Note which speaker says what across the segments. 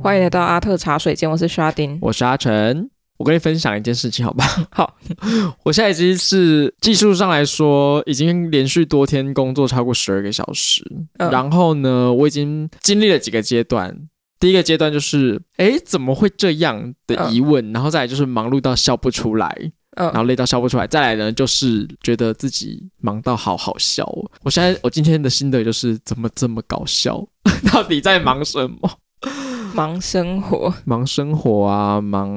Speaker 1: 欢迎来到阿特茶水间，我是沙丁。
Speaker 2: 我是阿成，我跟你分享一件事情，好吧？
Speaker 1: 好，
Speaker 2: 我现在已经是技术上来说，已经连续多天工作超过十二个小时。
Speaker 1: 嗯
Speaker 2: 然后呢，我已经经历了几个阶段。第一个阶段就是，哎，怎么会这样的疑问？然后再来就是忙碌到笑不出来，然
Speaker 1: 嗯，
Speaker 2: 后累到笑不出来。再来呢，就是觉得自己忙到好好笑哦。我现在我今天的心得就是，怎么这么搞笑？ 到底在忙什么？
Speaker 1: 忙生活，
Speaker 2: 忙生活啊，忙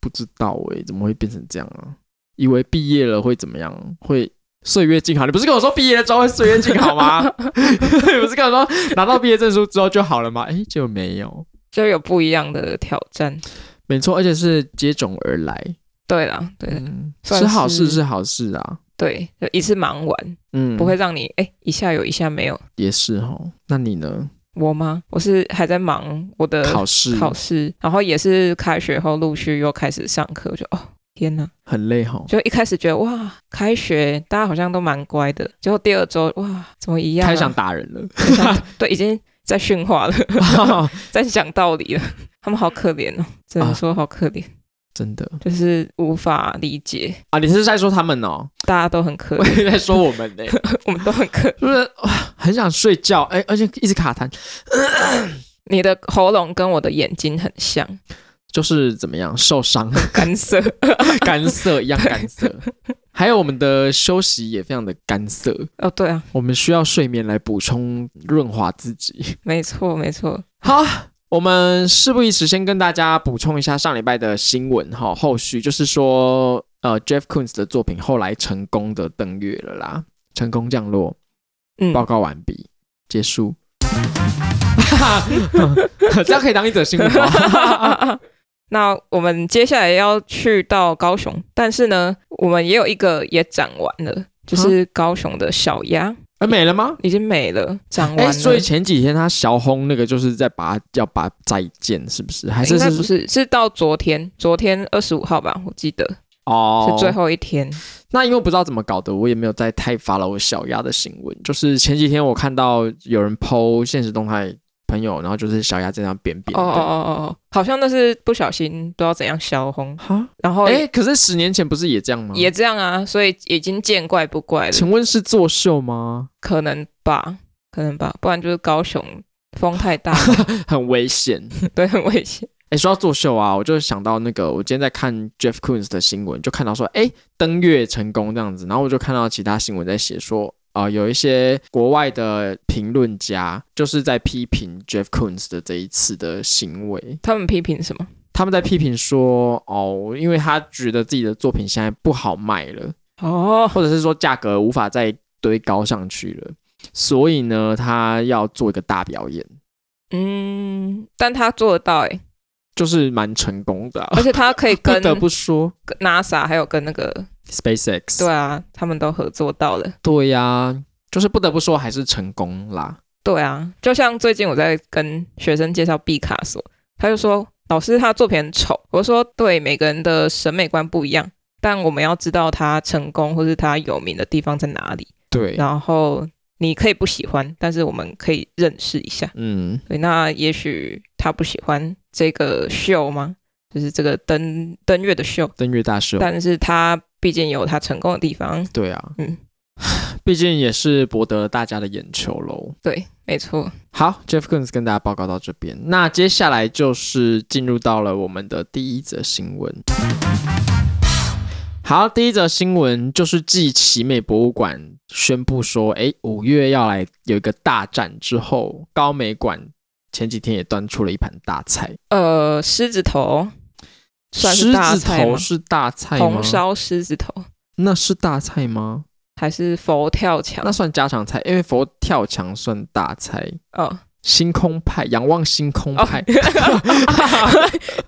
Speaker 2: 不知道诶，怎么会变成这样啊？以为毕业了会怎么样？会岁月静好？你不是跟我说毕业了之后会岁月静好吗？ 你不是跟我说拿到毕业证书之后就好了吗？诶，结果没有，
Speaker 1: 就有不一样的挑战。
Speaker 2: 没错，而且是接踵而来。
Speaker 1: 对啦，对、
Speaker 2: 嗯，
Speaker 1: 算
Speaker 2: 是
Speaker 1: 是
Speaker 2: 好事是好事啊。
Speaker 1: 对，就一次忙完，
Speaker 2: 嗯，
Speaker 1: 不会让你哎、一下有一下没有。
Speaker 2: 也是哦。那你呢？
Speaker 1: 我吗？我是还在忙我的
Speaker 2: 考试
Speaker 1: 呃考试，然后也是开学后陆续又开始上课，我就哦天哪！
Speaker 2: 很累哦哈、
Speaker 1: 就一开始觉得哇，开学大家好像都蛮乖的，结果第二周哇，怎么一样、啊？
Speaker 2: 太想打人了。
Speaker 1: 很想 对，已经在训话了，在讲道理了。他们好可怜哦，只
Speaker 2: 啊
Speaker 1: 能说好可怜，
Speaker 2: 真的
Speaker 1: 就是无法理解，
Speaker 2: 啊！你是在说他们哦？
Speaker 1: 大家都很可
Speaker 2: 我
Speaker 1: 怜，
Speaker 2: 以为在说我们呢、 欸
Speaker 1: 我们都很可怜。
Speaker 2: 就是哇，很想睡觉，哎、而且一直卡痰，
Speaker 1: 你的喉咙跟我的眼睛很像，
Speaker 2: 就是怎么样受伤、
Speaker 1: 干涩。
Speaker 2: 干涩一样干涩。还有我们的休息也非常的干涩，
Speaker 1: 哦，对啊，
Speaker 2: 我们需要睡眠来补充润滑自己。
Speaker 1: 没错，没错。
Speaker 2: 好，我们事不宜迟，先跟大家补充一下上礼拜的新闻哈，后续就是说，呃，Jeff Koons 的作品后来成功的登月了啦，成功降落，
Speaker 1: 嗯，
Speaker 2: 报告完毕，结束。 这样可以当一则新闻吗？
Speaker 1: 那我们接下来要去到高雄，但是呢，我们也有一个也展完了，就是高雄的小鸭
Speaker 2: 呃，没了吗？
Speaker 1: 已经没了，展完
Speaker 2: 哎、
Speaker 1: 了。
Speaker 2: 所以前几天他小轰那个就是在把要把再见是不是？还
Speaker 1: 应
Speaker 2: 是
Speaker 1: 该
Speaker 2: 是
Speaker 1: 不是，是到昨天，昨天二十五号吧，我记得
Speaker 2: 哦，
Speaker 1: 是最后一天。
Speaker 2: 那因为不知道怎么搞的，我也没有再太发了我小鸭的新闻。就是前几天我看到有人 PO 现实动态朋友，然后就是小鸭在那边扁
Speaker 1: 哦哦
Speaker 2: 的。
Speaker 1: 哦哦哦，好像那是不小心不知道怎样消红，
Speaker 2: 哈，
Speaker 1: 然后
Speaker 2: 哎、可是十年前不是也这样吗？
Speaker 1: 也这样啊，所以已经见怪不怪了，
Speaker 2: 嗯请问是作秀吗？
Speaker 1: 可能吧，可能吧，不然就是高雄风太大 了，
Speaker 2: 很危险。
Speaker 1: 对， 很危险。
Speaker 2: 哎、说到作秀啊，我就想到那个，我今天在看 Jeff Koons 的新闻，就看到说，哎、登月成功这样子，然后我就看到其他新闻在写说，啊、有一些国外的评论家就是在批评 Jeff Koons 的这一次的行为，
Speaker 1: 他们批评什么？
Speaker 2: 他们在批评说，哦，因为他觉得自己的作品现在不好卖了，
Speaker 1: 哦，
Speaker 2: 或者是说价格无法再堆高上去了，所以呢，他要做一个大表演，
Speaker 1: 嗯，但他做得到哎、
Speaker 2: 就是蛮成功的啊、
Speaker 1: 而且他可以
Speaker 2: 不
Speaker 1: 跟
Speaker 2: 得不说
Speaker 1: 跟 NASA 还有跟那 个，
Speaker 2: SpaceX
Speaker 1: 对啊，他们都合作到了。
Speaker 2: 对呀、就是不得不说还是成功啦。
Speaker 1: 对啊，就像最近我在跟学生介绍毕卡索，他就说老师他作品很丑，我说对，每个人的审美观不一样，但我们要知道他成功或是他有名的地方在哪里，
Speaker 2: 对，
Speaker 1: 然后你可以不喜欢，但是我们可以认识一下。
Speaker 2: 嗯，
Speaker 1: 对，那也许他不喜欢这个秀吗？就是这个登登月的秀，
Speaker 2: 登月大秀，
Speaker 1: 但是他毕竟有他成功的地方。
Speaker 2: 对啊，
Speaker 1: 嗯，
Speaker 2: 毕竟也是博得了大家的眼球喽。
Speaker 1: 对，没错。
Speaker 2: 好，Jeff Koons 跟大家报告到这边，那接下来就是进入到了我们的第一则新闻。好，第一则新闻就是继奇美博物馆宣布说，诶，五月要来有一个大展之后，高美馆前几天也端出了一盘大菜，
Speaker 1: 呃，狮子头算是大
Speaker 2: 狮子
Speaker 1: 菜吗
Speaker 2: 头？是大菜吗？
Speaker 1: 红烧狮子头
Speaker 2: 那是大菜吗？
Speaker 1: 还是佛跳墙
Speaker 2: 那？算家常菜，因为佛跳墙算大菜。
Speaker 1: 哦，
Speaker 2: 星空派，仰望星空
Speaker 1: 哦
Speaker 2: 派，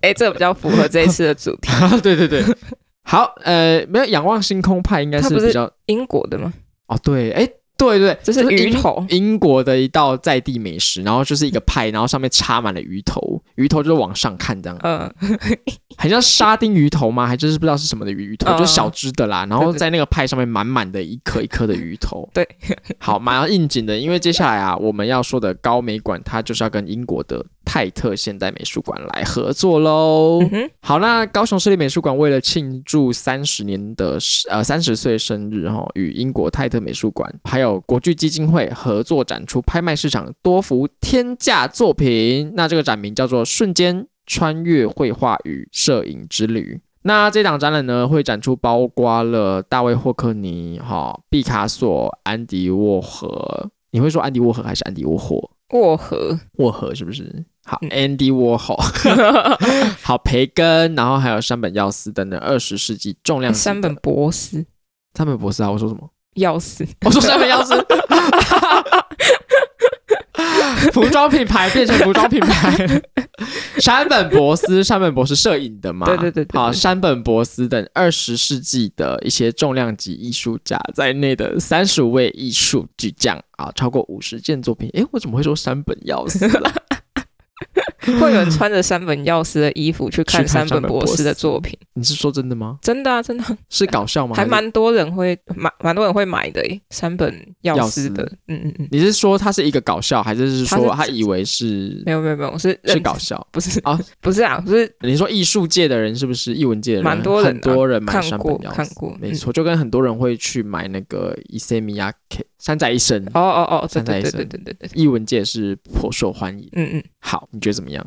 Speaker 1: 哎，这个比较符合这一次的主 题。
Speaker 2: 对对对。好，呃，没有仰望星空派应该
Speaker 1: 它
Speaker 2: 是
Speaker 1: 不是
Speaker 2: 比较
Speaker 1: 英国的吗？
Speaker 2: 哦，对，哎，对对，
Speaker 1: 这是
Speaker 2: 就是
Speaker 1: 鱼
Speaker 2: 英
Speaker 1: 头
Speaker 2: 英国的一道在地美食，然后就是一个派，然后上面插满了鱼头，鱼头就是往上看这样，
Speaker 1: 嗯，
Speaker 2: 很像沙丁鱼头吗？还就是不知道是什么的鱼头，
Speaker 1: 嗯
Speaker 2: 就小只的啦。然后
Speaker 1: 对对
Speaker 2: 在那个派上面满满的一颗一颗的鱼头。
Speaker 1: 对，
Speaker 2: 好，蛮要应景的，因为接下来啊，我们要说的高美馆，它就是要跟英国的泰特现代美术馆来合作喽。
Speaker 1: 嗯哼，
Speaker 2: 好，那高雄市立美术馆为了庆祝三十年的呃三十岁生日哈、与英国泰特美术馆还有国剧基金会合作展出拍卖市场多幅天价作品。那这个展名叫做《瞬间穿越绘画与摄影之旅》。那这档展览呢，会展出包括了大卫霍克尼、哈、毕卡索、安迪沃荷。你会说安迪沃荷还是安迪沃霍？
Speaker 1: 过河，
Speaker 2: 沃荷是不是？好
Speaker 1: 嗯
Speaker 2: ，Andy Warhol。好 培根，然后还有山本耀司等等二十世纪重量级的
Speaker 1: 山本博士
Speaker 2: 山本博士啊，我说什么？
Speaker 1: 要死，
Speaker 2: 我说山本 耀司，服装品牌变成服装品牌，山本博斯，山本博士摄影的嘛，
Speaker 1: 对对对对
Speaker 2: 好，
Speaker 1: 对
Speaker 2: 山本博斯等二十世纪的一些重量级艺术家在内的三十位艺术巨匠啊，超过五十件作品。诶，我怎么会说山本耀司啊？
Speaker 1: 会有人穿着山本耀司的衣服去看
Speaker 2: 去看
Speaker 1: 山
Speaker 2: 山
Speaker 1: 本
Speaker 2: 本
Speaker 1: 博
Speaker 2: 博
Speaker 1: 士的
Speaker 2: 士
Speaker 1: 作品，
Speaker 2: 你是说真的吗？
Speaker 1: 真的啊，真的啊
Speaker 2: 是搞笑吗？
Speaker 1: 还
Speaker 2: 是
Speaker 1: 蛮多人会蛮蛮多人会买的耶，山本耀司的
Speaker 2: 耀，
Speaker 1: 嗯嗯嗯，
Speaker 2: 你是说他是一个搞笑，还是是说
Speaker 1: 他
Speaker 2: 他
Speaker 1: 是
Speaker 2: 以为是
Speaker 1: 没有没有没有，是
Speaker 2: 是
Speaker 1: 认
Speaker 2: 搞笑？
Speaker 1: 不是
Speaker 2: 哦
Speaker 1: 不是啊，不是
Speaker 2: 你说艺术界的人是不是艺文界的人？
Speaker 1: 蛮多人啊
Speaker 2: 很多人买
Speaker 1: 看
Speaker 2: 山
Speaker 1: 过
Speaker 2: 本耀司
Speaker 1: 看过，
Speaker 2: 没
Speaker 1: 嗯
Speaker 2: 错，就跟很多人会去买那个伊塞米亚 K 山仔医生，
Speaker 1: 哦哦哦，对
Speaker 2: 山
Speaker 1: 对对
Speaker 2: 寨
Speaker 1: 对
Speaker 2: 医生
Speaker 1: 对对对，
Speaker 2: 艺文界是颇受欢迎。
Speaker 1: 嗯嗯，
Speaker 2: 好，你觉得怎么样？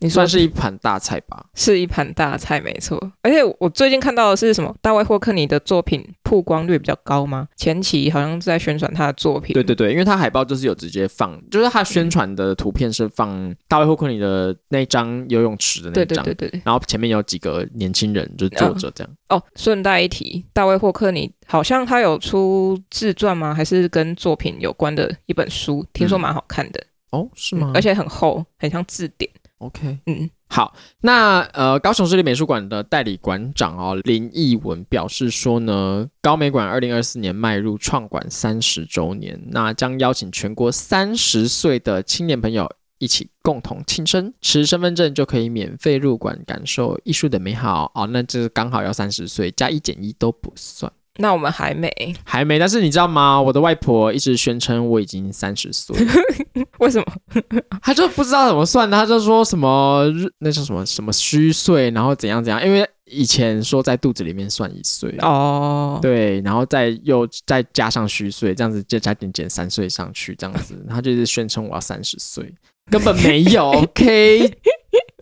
Speaker 1: 你说
Speaker 2: 算是一盘大菜吧。
Speaker 1: 是一盘大菜，没错。而且我最近看到的是什么？大卫霍克尼的作品曝光率比较高吗？前期好像是在宣传他的作品，
Speaker 2: 对对对，因为它海报就是有直接放，就是它宣传的图片是放大卫霍克尼的那张游泳池的那
Speaker 1: 对
Speaker 2: 张，
Speaker 1: 对对对对。
Speaker 2: 然后前面有几个年轻人就是坐着这样。
Speaker 1: 哦，顺带一提，大卫霍克尼好像他有出自传吗？还是跟作品有关的一本书？听说蛮好看的，嗯
Speaker 2: 哦，是吗？
Speaker 1: 而且很厚，很像字典。
Speaker 2: OK，
Speaker 1: 嗯，
Speaker 2: 好，那呃，高雄市立美术馆的代理馆长哦，林义文表示说呢，高美馆二零二四年迈入创馆三十周年，那将邀请全国三十岁的青年朋友。一起共同庆生，持身份证就可以免费入馆，感受艺术的美好哦。那这是刚好要三十岁，加一减一都不算，
Speaker 1: 那我们还没，
Speaker 2: 还没。但是你知道吗？我的外婆一直宣称我已经三十岁了，
Speaker 1: 为什么？
Speaker 2: 他就不知道怎么算，他就说什么日那叫什么什么虚岁，然后怎样怎样，因为以前说在肚子里面算一岁，
Speaker 1: 哦，
Speaker 2: 对，然后再又再加上虚岁，这样子就加点减三岁上去，这样子，他就是宣称我要三十岁，根本没有，OK。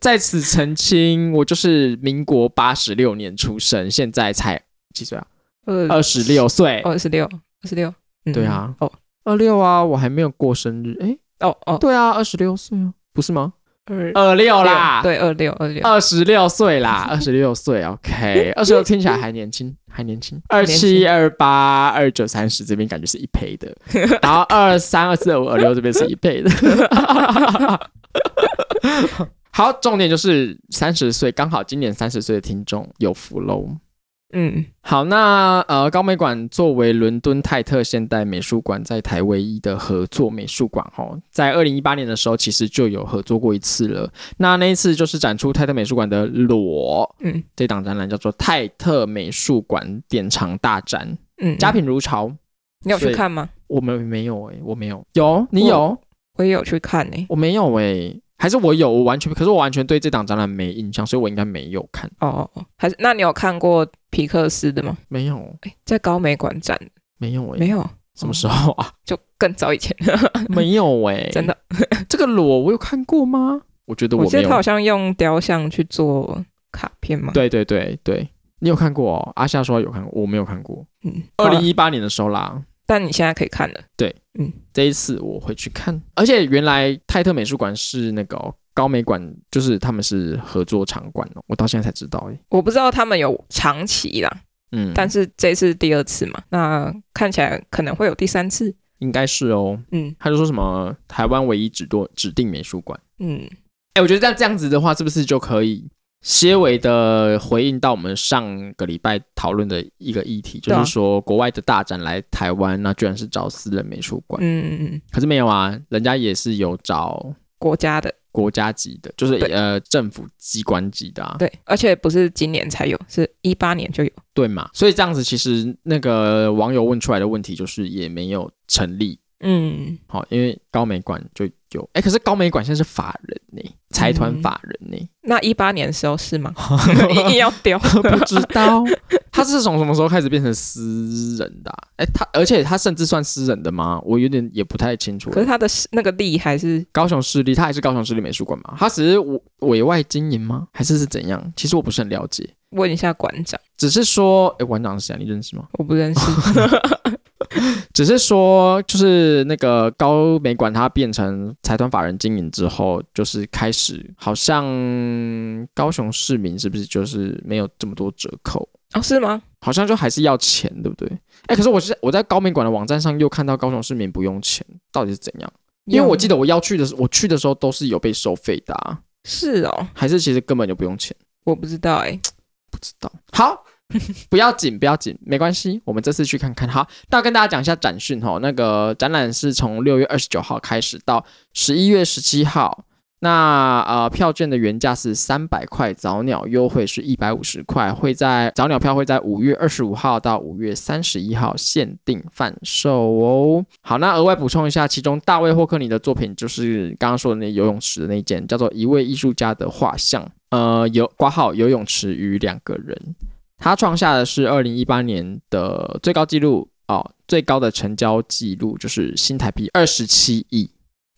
Speaker 2: 在 此澄清，我就是民国八十六年出生，现在才几岁啊？
Speaker 1: 二
Speaker 2: 二十六岁，
Speaker 1: 哦二十六，二十六。嗯
Speaker 2: 对啊，
Speaker 1: 哦
Speaker 2: 哦二六啊，我还没有过生日，诶，
Speaker 1: 哦哦，
Speaker 2: 对啊，二十六岁啊，不是吗？
Speaker 1: 二
Speaker 2: 二六啦，
Speaker 1: 对，二六二六。
Speaker 2: 二十六岁啦，二十六岁，OK，二十六听起来还年轻，还年轻。二
Speaker 1: 年
Speaker 2: 七、
Speaker 1: 轻
Speaker 2: 二八、二九、三十这边感觉是一倍的，然后二三、二四、二五、二六这边是一 倍的。好，重点就是三十岁，刚好今年三十岁的听众有福喽。
Speaker 1: 嗯，
Speaker 2: 好，那呃，高美馆作为伦敦泰特现代美术馆在台唯一的合作美术馆，哦，在二零一八年的时候，其实就有合作过一次了。那那一次就是展出泰特美术馆的裸，
Speaker 1: 嗯，
Speaker 2: 这档展览叫做泰特美术馆典藏大展，
Speaker 1: 嗯，
Speaker 2: 佳品如潮。
Speaker 1: 你有
Speaker 2: 所
Speaker 1: 去
Speaker 2: 以
Speaker 1: 看吗？
Speaker 2: 我们没有诶、我没有，有你有，我
Speaker 1: 我也有去看欸呢、
Speaker 2: 没有诶、还是我有，我完全，可是我完全对这档展览没印象，所以我应该没有看，
Speaker 1: 哦哦哦，还是那你有看过皮克斯的吗？
Speaker 2: 没有，
Speaker 1: 哎，在高美馆展
Speaker 2: 没有欸诶、
Speaker 1: 没有，
Speaker 2: 什么时候啊？
Speaker 1: 就更早以前，
Speaker 2: 没有欸诶、
Speaker 1: 真的。
Speaker 2: 这个裸我有看过吗？我觉得
Speaker 1: 我
Speaker 2: 我
Speaker 1: 记
Speaker 2: 没
Speaker 1: 得他好
Speaker 2: 有。
Speaker 1: 像用雕像去做卡片嘛。，
Speaker 2: 对对对对，你有看过、哦？阿夏说有看过，我没有看过。
Speaker 1: 嗯，
Speaker 2: 二
Speaker 1: 好
Speaker 2: 零
Speaker 1: 了，
Speaker 2: 一八年的时候啦，
Speaker 1: 但你现在可以看了。
Speaker 2: 这一次我会去看。而且原来泰特美术馆是那个哦、高美馆，就是他们是合作场馆哦，我到现在才知道哎。
Speaker 1: 我不知道他们有长期啦，
Speaker 2: 嗯，
Speaker 1: 但是这次第二次嘛，那看起来可能会有第三次。
Speaker 2: 应该是哦。
Speaker 1: 嗯
Speaker 2: 他就说什么台湾唯一指多指定美术馆。
Speaker 1: 嗯，
Speaker 2: 哎，我觉得这样这样子的话，是不是就可以些微的回应到我们上个礼拜讨论的一个议题，就
Speaker 1: 对啊
Speaker 2: 是说国外的大展来台湾，那居然是找私人美术馆，
Speaker 1: 嗯嗯嗯，
Speaker 2: 可是没有啊，人家也是有找
Speaker 1: 国家的
Speaker 2: 国家级的，就是
Speaker 1: 对
Speaker 2: 呃政府机关级的啊，
Speaker 1: 对，而且不是今年才有，是一八年就有。
Speaker 2: 对嘛？所以这样子，其实那个网友问出来的问题就是也没有成立，
Speaker 1: 嗯，
Speaker 2: 好、因为高美馆就有，哎，可是高美馆现在是法人呢、财团
Speaker 1: 嗯
Speaker 2: 法人呢、
Speaker 1: 那一八年的时候是 吗？一定要丢？
Speaker 2: 不知道 他是从什么时候开始变成私人的、啊？哎，他而且他甚至算私人的吗？我有点也不太清楚。
Speaker 1: 可是他的那个力还是
Speaker 2: 高雄市立，他还是高雄市立美术馆吗？他只是委委外经营吗？还是是怎样？其实我不是很了解，
Speaker 1: 问一下馆长，
Speaker 2: 只是说，哎，馆长是谁啊？你认识吗？
Speaker 1: 我不认 识。
Speaker 2: 只是说，就是那个高美馆，它变成财团法人经营之后，就是开始好像高雄市民是不是就是没有这么多折扣？
Speaker 1: 哦，是吗？
Speaker 2: 好像就还是要钱，对不对？哎，可是我是我在高美馆的网站上又看到高雄市民不用钱，到底是怎样？因为我记
Speaker 1: 得
Speaker 2: 得我要去的时候，我去的时候都是有被收费的、啊，
Speaker 1: 是哦，
Speaker 2: 还是其实根本就不用钱？
Speaker 1: 我不知道哎、
Speaker 2: 不知道。好， 不要紧，不要紧，没关系，我们这次去看看。好，那跟大家讲一下展讯哈，那个展览是从六月二十九号开始到十一月十七号。那呃，票券的原价是三百块，早鸟优惠是一百五十块，会在早鸟票会在五月二十五号到五月三十一号限定贩售哦。好，那额外补充一下，其中大卫霍克尼的作品就是刚刚说的那游泳池的那件，叫做《一位艺术家的画像》，呃，游挂号游泳池与两个人，他创下的是二零一八年的最高纪录哦，最高的成交记录就是新台币二十七亿。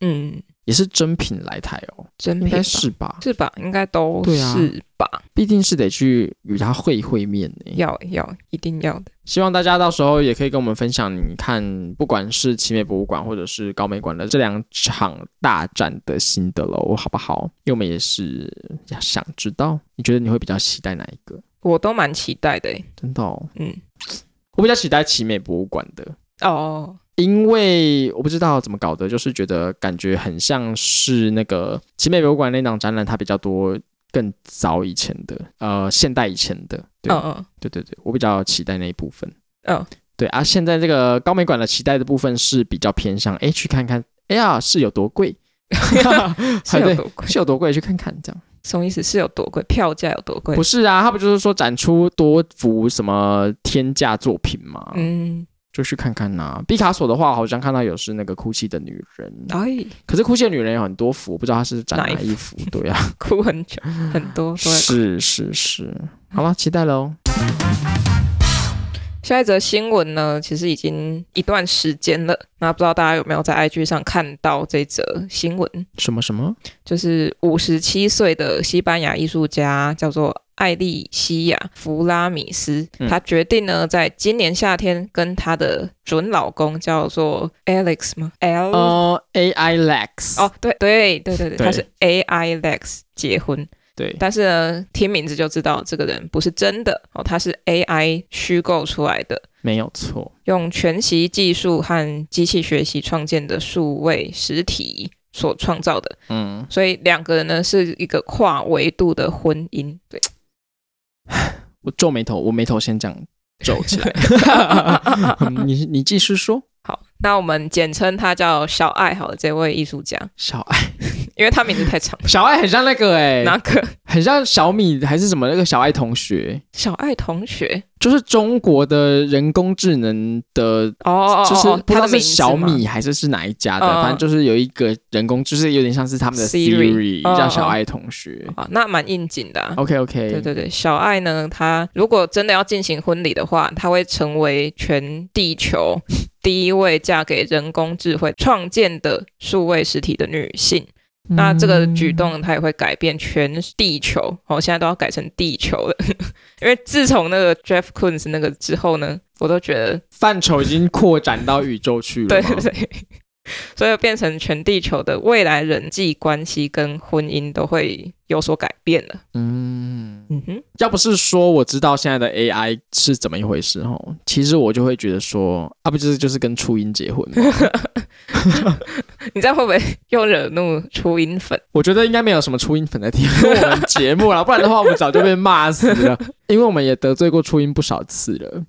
Speaker 1: 嗯，
Speaker 2: 也是真品来台哦，
Speaker 1: 真
Speaker 2: 应
Speaker 1: 品
Speaker 2: 该
Speaker 1: 吧
Speaker 2: 是吧？
Speaker 1: 是吧？应该都
Speaker 2: 对啊
Speaker 1: 是吧？
Speaker 2: 必定是得去与他会会面呢。
Speaker 1: 要要一定要的。
Speaker 2: 希望大家到时候也可以跟我们分享，你看不管是奇美博物馆或者是高美馆的这两场大战的心得喽，好不好？因为我们也是想知道，你觉得你会比较期待哪一个？
Speaker 1: 我都蛮期待的、欸，
Speaker 2: 真的、哦，
Speaker 1: 嗯，
Speaker 2: 我比较期待奇美博物馆的，
Speaker 1: 哦，
Speaker 2: 因为我不知道怎么搞的，就是觉得感觉很像是那个奇美博物馆那档展览，它比较多更早以前的，呃，现代以前的。对、
Speaker 1: 嗯嗯，
Speaker 2: 对对对，我比较期待那一部分。
Speaker 1: 嗯，
Speaker 2: 对啊，现在这个高美馆的期待的部分是比较偏向，哎，去看看，哎呀，是有多 贵，
Speaker 1: 嗯是
Speaker 2: 还
Speaker 1: 有
Speaker 2: 对，
Speaker 1: 多贵？
Speaker 2: 是有多贵，去看看这样。
Speaker 1: 什么意思？是有多贵？票价有多贵
Speaker 2: 不？是啊，他不就是说展出多幅什么天价作品吗？
Speaker 1: 嗯，
Speaker 2: 就去看看呐、毕卡索的话，好像看到有是那个哭泣的女人，
Speaker 1: 哎，
Speaker 2: 可是哭泣的女人有很多幅，我不知道她是展哪
Speaker 1: 哪一
Speaker 2: 一幅。对啊，
Speaker 1: 哭很久，很多都在哭。
Speaker 2: 是是是，好了，期待喽。
Speaker 1: 下一则新闻呢，其实已经一段时间了。那不知道大家有没有在 IG 上看到这则新闻？
Speaker 2: 什么什么？
Speaker 1: 就是五十七岁的西班牙艺术家叫做艾利西亚·弗拉米斯，
Speaker 2: 嗯
Speaker 1: 他决定呢，在今年夏天跟他的准老公叫做 Alex 吗？L、
Speaker 2: 哦，AI Lex。
Speaker 1: 嗯哦，对对对对对，
Speaker 2: 对
Speaker 1: 他是 AI Lex 结婚，
Speaker 2: 对，
Speaker 1: 但是呢，听名字就知道这个人不是真的哦，他是 AI 虚构出来的。
Speaker 2: 没有错。
Speaker 1: 用全息技术和机器学习创建的数位实体所创造的，
Speaker 2: 嗯，
Speaker 1: 所以两个人呢是一个跨维度的婚姻。对，
Speaker 2: 我皱眉头，我眉头先这样皱起 来。你你继续说，
Speaker 1: 好，那我们简称他叫小爱好了，这位艺术家，
Speaker 2: 小爱，。
Speaker 1: 因为他名字太长
Speaker 2: 小爱很像那个 哎、
Speaker 1: 哪个
Speaker 2: 很像小米还是什么那个小爱同学，
Speaker 1: 小爱同学？
Speaker 2: 就是中国的人工智能的
Speaker 1: 哦哦哦，
Speaker 2: 就是
Speaker 1: 哦
Speaker 2: 不知
Speaker 1: 他
Speaker 2: 道
Speaker 1: 的名
Speaker 2: 是
Speaker 1: 字
Speaker 2: 小
Speaker 1: 吗。
Speaker 2: 米还是是哪一家的，
Speaker 1: 嗯嗯
Speaker 2: 反正就是有一个人工，就是有点像是他们的
Speaker 1: Siri，
Speaker 2: Siri，
Speaker 1: 嗯
Speaker 2: 叫小爱同学。
Speaker 1: 啊，那蛮应景的、啊。
Speaker 2: OK OK，
Speaker 1: 对对对，小爱呢，她如果真的要进行婚礼的话，她会成为全地球第一位嫁给人工智慧创建的数位实体的女性。
Speaker 2: 嗯
Speaker 1: 那这个举动，它也会改变全地球。哦，现在都要改成地球了， 因为自从那个 Jeff Koons 那个之后呢，我都觉得
Speaker 2: 范畴已经扩展到宇宙去了。
Speaker 1: 对对，对， 所以变成全地球的未来人际关系跟婚姻都会有所改变了。
Speaker 2: 嗯，
Speaker 1: 嗯哼，
Speaker 2: 要不是说我知道现在的 AI 是怎么一回事哦，其实我就会觉得说，啊，不就是就是跟初音结婚吗？
Speaker 1: 你这样会不会又惹怒初音粉？
Speaker 2: 我觉得应该没有什么初音粉在听我们节目啦，不然的话我们早就被骂死了，因为我们也得罪过初音不少次了。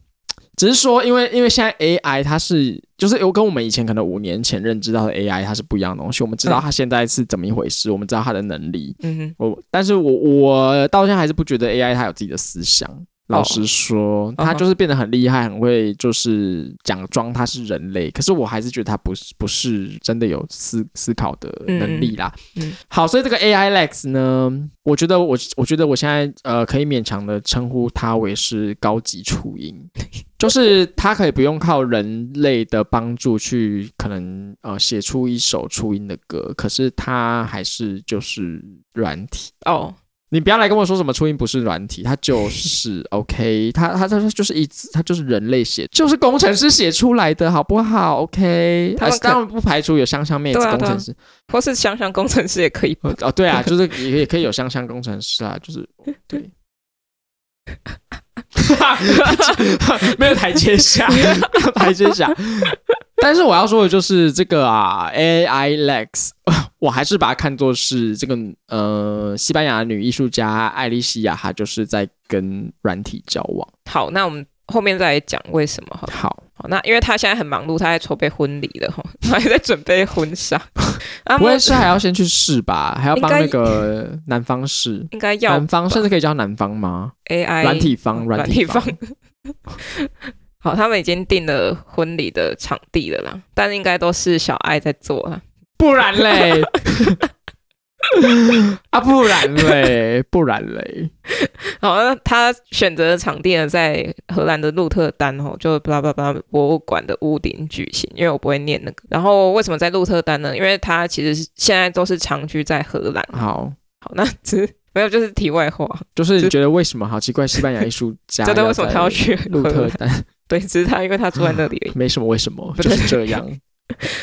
Speaker 2: 只是说，因为因为现在 AI 它是就是有跟我们以前可能五年前认知到的 AI 它是不一样的东西，我们知道它现在是怎么一回事，我们知道它的能力，
Speaker 1: 嗯哼，
Speaker 2: 我，但是我我到现在还是不觉得 AI 它有自己的思想。老实说，它就是变得很厉害，很会就是假装它是人类，可是我还是觉得它不是不是真的有思思考的能力啦。
Speaker 1: 嗯嗯
Speaker 2: 好，所以这个 AI Lex 呢，我觉得我我觉得我现在呃可以勉强的称呼它为是高级雏 鹰，就是它可以不用靠人类的帮助去可能呃写出一首初音的歌，可是它还是就是软体。
Speaker 1: 哦，
Speaker 2: 你不要来跟我说什么初音不是软体，它就是 OK，它它它它就是一直它就是人类写，就是工程师写出来的好不好？OK，
Speaker 1: 他们
Speaker 2: 呃
Speaker 1: 可
Speaker 2: 当然不排除有香香妹子
Speaker 1: 对啊
Speaker 2: 工程师，
Speaker 1: 或是想想工程师也可以吧。
Speaker 2: 呃哦对啊，就是也也可以有香香工程师啊，就是 对。没有台阶下， 台阶下。但是我要说的就是这个啊，AI Lex，我 还是把它看作是这个呃，西班牙女艺术家艾莉西亚，她就是在跟软体交往。
Speaker 1: 好，那我们后面再来讲为什么好了。
Speaker 2: 好，
Speaker 1: 好，那因为他现在很忙碌，他在筹备婚礼了哈，他还在准备婚纱。 啊
Speaker 2: 不会是还要先去试吧？还要帮
Speaker 1: 应该
Speaker 2: 那个男方试？
Speaker 1: 应该要
Speaker 2: 男方甚至可以叫男方吗？
Speaker 1: AI
Speaker 2: 软体方，
Speaker 1: 软
Speaker 2: 体
Speaker 1: 方。好，他们已经定了婚礼的场地了啦，但应该都是小爱在做啦。
Speaker 2: 不然 嘞，啊，不然嘞，不然嘞，
Speaker 1: 好，那他选择的场地呢，在荷兰的鹿特丹哦，就巴拉巴拉博物馆的屋顶举行。因为我不会念那个。然后为什么在鹿特丹呢？因为他其实是现在都是长居在荷兰。
Speaker 2: 好，
Speaker 1: 好，那只是没有就是题外话，
Speaker 2: 就是你觉得为什么好奇怪？西班牙艺术家
Speaker 1: 这都为什么他要
Speaker 2: 要在
Speaker 1: 去
Speaker 2: 鹿
Speaker 1: 荷
Speaker 2: 特
Speaker 1: 兰？
Speaker 2: 丹？
Speaker 1: 对，只是他因为他住在那里而已。
Speaker 2: 没什么为什么，
Speaker 1: 不
Speaker 2: 就
Speaker 1: 对
Speaker 2: 是这样。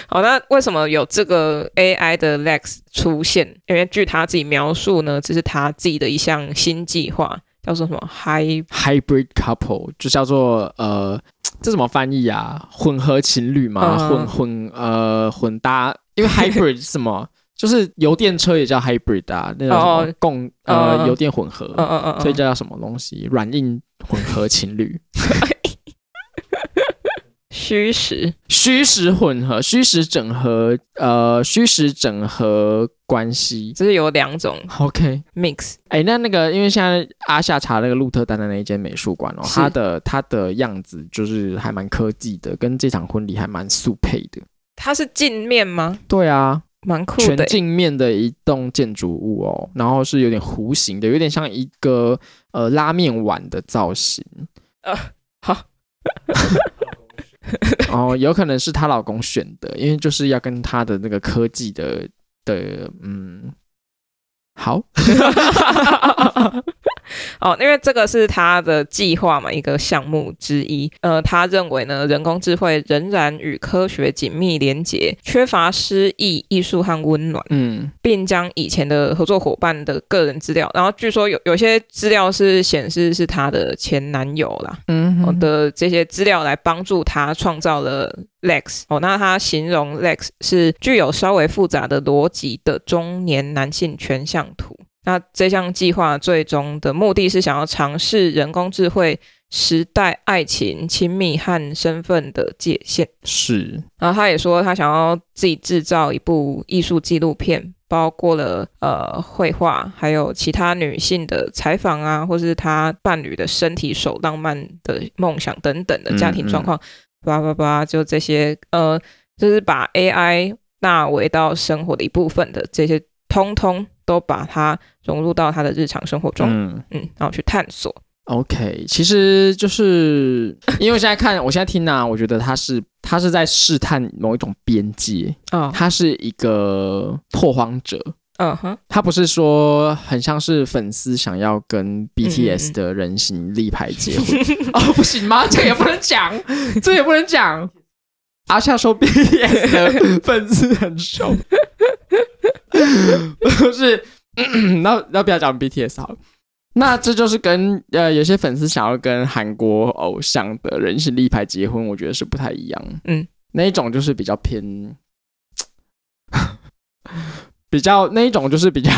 Speaker 1: 好，那为什么有这个 AI 的 Lex 出现？因为据他自己描述呢，这是他自己的一项新计划，叫做什么 High
Speaker 2: Hybrid couple 就叫做呃，这怎么翻译啊？混合情侣嘛，
Speaker 1: 嗯
Speaker 2: 混混呃混搭，因为 hybrid 是什么？ 就是油电车也叫 hybrid 啊，那种什么
Speaker 1: 哦
Speaker 2: 共呃
Speaker 1: 嗯
Speaker 2: 油电混合，
Speaker 1: 嗯嗯嗯，
Speaker 2: 所以叫什么东西？软硬混合情侣。
Speaker 1: 呃虚实。
Speaker 2: 虚实混合、虚实整合、呃，虚实整合关系。
Speaker 1: 就是有两种
Speaker 2: OK，
Speaker 1: mix，
Speaker 2: 哎、那那个，因为现在阿夏查那个鹿特丹的那一间美术馆哦，
Speaker 1: 是
Speaker 2: 它的它的样子就是还蛮科技的，跟这场婚礼还蛮速配的。
Speaker 1: 它是镜面吗？
Speaker 2: 对啊，
Speaker 1: 蛮酷
Speaker 2: 全
Speaker 1: 的欸，
Speaker 2: 镜面的一栋建筑物哦，然后是有点弧形的，有点像一个呃拉面碗的造型。
Speaker 1: 呃，好。
Speaker 2: 哦，有可能是她老公选的，因为就是要跟她的那个科技的的嗯，好，
Speaker 1: 哦，因为这个是他的计划嘛，一个项目之一。呃，他认为呢，人工智慧仍然与科学紧密连结，缺乏诗意、艺术和温暖。
Speaker 2: 嗯，
Speaker 1: 并将以前的合作伙伴的个人资料，然后据说有有些资料是显示是她的前男友啦。
Speaker 2: 嗯
Speaker 1: 哦
Speaker 2: 哼
Speaker 1: 的这些资料来帮助她创造了 Lex 哦，那她形容 Lex 是具有稍微复杂的逻辑的中年男性全像图。那这项计划最终的目的是想要尝试人工智慧时代爱情、亲密和身份的界限。
Speaker 2: 是
Speaker 1: 然后他也说，他想要自己制造一部艺术纪录片，包括了呃绘画，还有其他女性的采访啊，或是他伴侣的身体手浪漫的梦想等等的
Speaker 2: 嗯
Speaker 1: 家庭状况，叭叭叭，就这些呃，就是把 AI 纳为到生活的一部分的这些，通通都把它融入到他的日常生活中，
Speaker 2: 嗯。
Speaker 1: 嗯，然后去探索。
Speaker 2: OK，其实就是因为我现在看，我现在听呢、我觉得他是他是在试探某一种边界，
Speaker 1: 哦，
Speaker 2: 他是一个拓荒者，
Speaker 1: 嗯哼，
Speaker 2: 他不是说很像是粉丝想要跟
Speaker 1: 嗯
Speaker 2: BTS 的人形立牌 结婚、哦，不行吗？ 这个也不能讲，这个也不能讲。阿夏 说 BTS 的粉丝很熟， 不是？ 那那不要讲 BTS 好了。那这就是跟呃有些粉丝想要跟韩国偶像的人形立牌结婚，我觉得是不太一样。
Speaker 1: 嗯，
Speaker 2: 那一种就是比较偏 比较那一种就是比较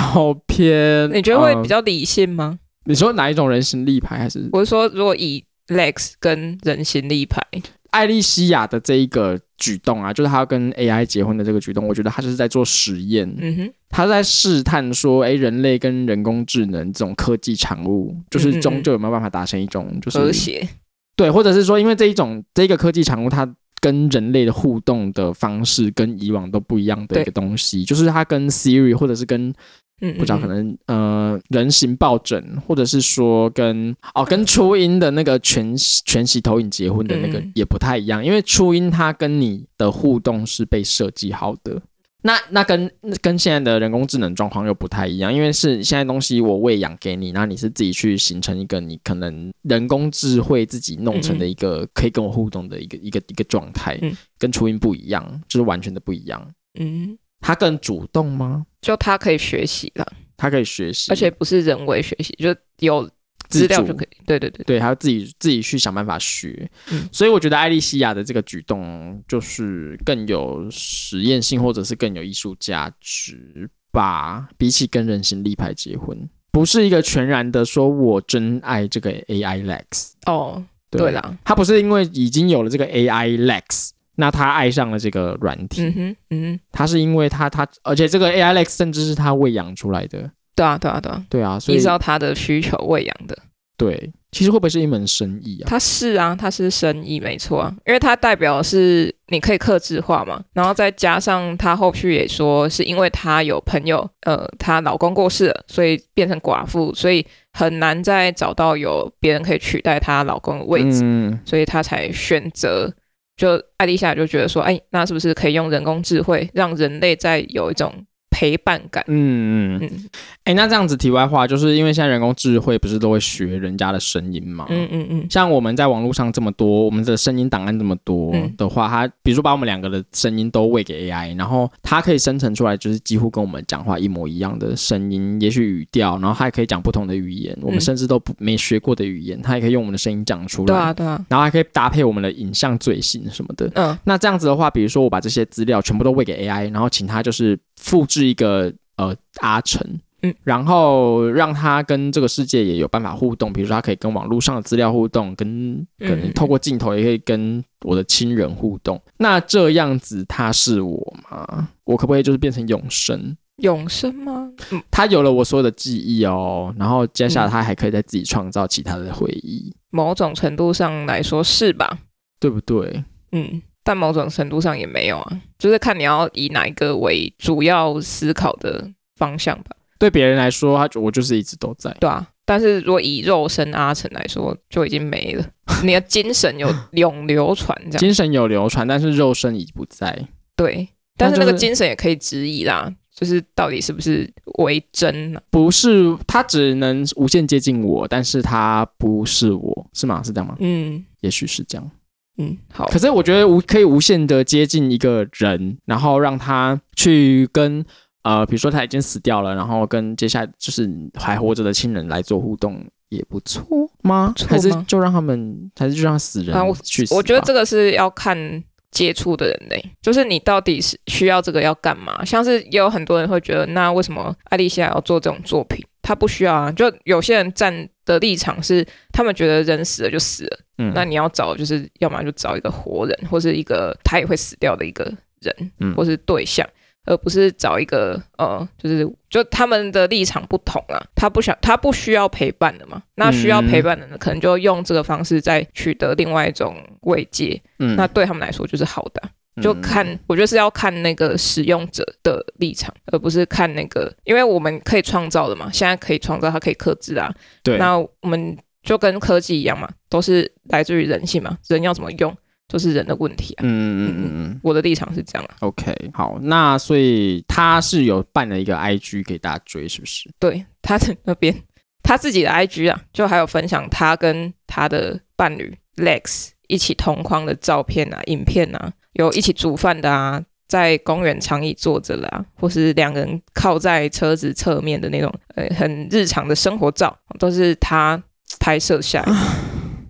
Speaker 2: 偏，
Speaker 1: 你觉得会
Speaker 2: 呃
Speaker 1: 比较理性吗？
Speaker 2: 你说哪一种人形立牌还是
Speaker 1: 我是说，如果以 Lex 跟人形立牌。
Speaker 2: 艾莉西亚的这一个举动啊，就是她要跟 AI 结婚的这个举动，我觉得她就是在做实验，
Speaker 1: 嗯哼，
Speaker 2: 她在试探说，哎，人类跟人工智能这种科技产物，
Speaker 1: 嗯
Speaker 2: 就
Speaker 1: 嗯
Speaker 2: 是
Speaker 1: 嗯
Speaker 2: 终究有没有办法达成一种就是
Speaker 1: 和谐。
Speaker 2: 对，或者是说，因为这一种这一个科技产物，它跟人类的互动的方式跟以往都不一样的
Speaker 1: 对
Speaker 2: 一个东西，就是它跟 Siri 或者是跟
Speaker 1: 嗯，嗯
Speaker 2: 不知道
Speaker 1: 嗯
Speaker 2: 可能呃人形抱枕，或者是说跟哦跟初音的那个全息全息投影结婚的那个
Speaker 1: 嗯
Speaker 2: 也不太一样，因为初音它跟你的互动是被设计好的。那那跟跟现在的人工智能状况又不太一样，因为是现在东西我喂养给你，然后你是自己去形成一个你可能人工智慧自己弄成的一个可以跟我互动的一个一个一个状态，
Speaker 1: 嗯
Speaker 2: 跟初音不一样，就是完全的不一样。
Speaker 1: 嗯，
Speaker 2: 它更主动吗？
Speaker 1: 就他可以学习啦，
Speaker 2: 它可以学习，
Speaker 1: 而且不是人为学习，就有资料就可
Speaker 2: 以。
Speaker 1: 以。对对对，
Speaker 2: 对，还要自己自己去想办法学。
Speaker 1: 嗯
Speaker 2: 所以我觉得艾莉西亚的这个举动就是更有实验性，或者是更有艺术价值吧，比起跟人形立牌结婚，不是一个全然的说我真爱这个 AI Lex。
Speaker 1: 哦，对啦，
Speaker 2: 他不是因为已经有了这个 AI Lex。那他爱上了这个软体，
Speaker 1: 嗯哼，嗯哼，
Speaker 2: 他是因为他他，而且这个 AI Lex 甚至是他喂养出来的，
Speaker 1: 对啊对啊对啊，
Speaker 2: 对啊，所
Speaker 1: 依
Speaker 2: 以
Speaker 1: 照他的需求喂养的。
Speaker 2: 对，其实会不会是一门生意啊？
Speaker 1: 他是啊，他是生意没错啊，因为他代表的是你可以克制化嘛，然后再加上他后续也说是因为他有朋友，呃，她老公过世了，所以变成寡妇，所以很难再找到有别人可以取代她老公的位置，
Speaker 2: 嗯，
Speaker 1: 所以她才选择。就艾丽莎就觉得说，哎，那是不是可以用人工智慧让人类再有一种陪伴感？
Speaker 2: 嗯嗯
Speaker 1: 嗯
Speaker 2: 哎、那这样子题外话，就是因为现在人工智慧不是都会学人家的声音嘛？
Speaker 1: 嗯嗯嗯，
Speaker 2: 像我们在网络上这么多，我们的声音档案这么多
Speaker 1: 嗯
Speaker 2: 的话，它比如说把我们两个的声音都喂给 AI，然后它可以生成出来就是几乎跟我们讲话一模一样的声音，也许语调，然后它还可以讲不同的语言，我们
Speaker 1: 嗯
Speaker 2: 甚至都不没学过的语言，它也可以用我们的声音讲出来，
Speaker 1: 对啊对啊，
Speaker 2: 然后还可以搭配我们的影像最新什么的。
Speaker 1: 嗯
Speaker 2: 那这样子的话，比如说我把这些资料全部都喂给 AI，然后请它就是复制一个呃阿成，
Speaker 1: 嗯，
Speaker 2: 然后让它跟这个世界也有办法互动，比如说它可以跟网络上的资料互动，跟可能
Speaker 1: 嗯
Speaker 2: 透过镜头也可以跟我的亲人互动。那这样子它是我吗？我可不可以就是变成永生？
Speaker 1: 永生吗？嗯
Speaker 2: 它有了我所有的记忆哦，然后接下来它还可以再自己创造其他的回忆，
Speaker 1: 某种程度上来说是吧？
Speaker 2: 对不对？
Speaker 1: 嗯，但某种程度上也没有啊，就是看你要以哪一个为主要思考的方向吧，
Speaker 2: 对别人来说，它我就是一直都在。
Speaker 1: 对啊。但是如果以肉身阿成来说，就已经没了， 你的精神有永流传这样，
Speaker 2: 精神有流传，但是肉身已不在。
Speaker 1: 对。
Speaker 2: 那
Speaker 1: 但是那个
Speaker 2: 就是
Speaker 1: 精神也可以质疑啦，就是到底是不是为真啊呢、
Speaker 2: 不是，他只能无限接近我，但是他不是我，是吗？是这样吗？
Speaker 1: 嗯
Speaker 2: 也许是这样。
Speaker 1: 嗯，好
Speaker 2: 可，是我觉得无可以无限的接近一个人，然后让他去跟呃，比如说他已经死掉了，然后跟接下来就是还活着的亲人来做互动，也不错吗？
Speaker 1: 错吗
Speaker 2: 还是就让他们，还是就让死人
Speaker 1: 啊我
Speaker 2: 去死吧
Speaker 1: 我觉得这个是要看接触的人类，就是你到底是需要这个要干嘛？像是也有很多人会觉得，那为什么艾丽西亚要做这种作品？她不需要啊。就有些人站的立场是，他们觉得人死了就死了，
Speaker 2: 嗯
Speaker 1: 那你要找就是要么就找一个活人，或是一个他也会死掉的一个人，
Speaker 2: 嗯
Speaker 1: 或是对象。而不是找一个呃，就是就他们的立场不同啊，他不想他不需要陪伴的嘛，那需要陪伴的呢，可能就用这个方式再取得另外一种慰藉，
Speaker 2: 嗯
Speaker 1: 那对他们来说就是好的啊、就看、我觉得是要看那个使用者的立场，而不是看那个，因为我们可以创造的嘛，现在可以创造，它可以克制啊，
Speaker 2: 对，
Speaker 1: 那我们就跟科技一样嘛，都是来自于人性嘛，人要怎么用就是人的问题啊。
Speaker 2: 嗯嗯嗯嗯。
Speaker 1: 我的立场是这样啊，
Speaker 2: OK，好，那所以他是有办了一个 IG 给大家追，是不是？
Speaker 1: 对，他在那边 他自己的 IG 啊，就还有分享他跟他的伴侣 Lex 一起同框的照片啊、影片啊，有一起煮饭的啊，在公园长椅坐着啦、或是两个人靠在车子侧面的那种，呃，很日常的生活照，都是他拍摄下来的。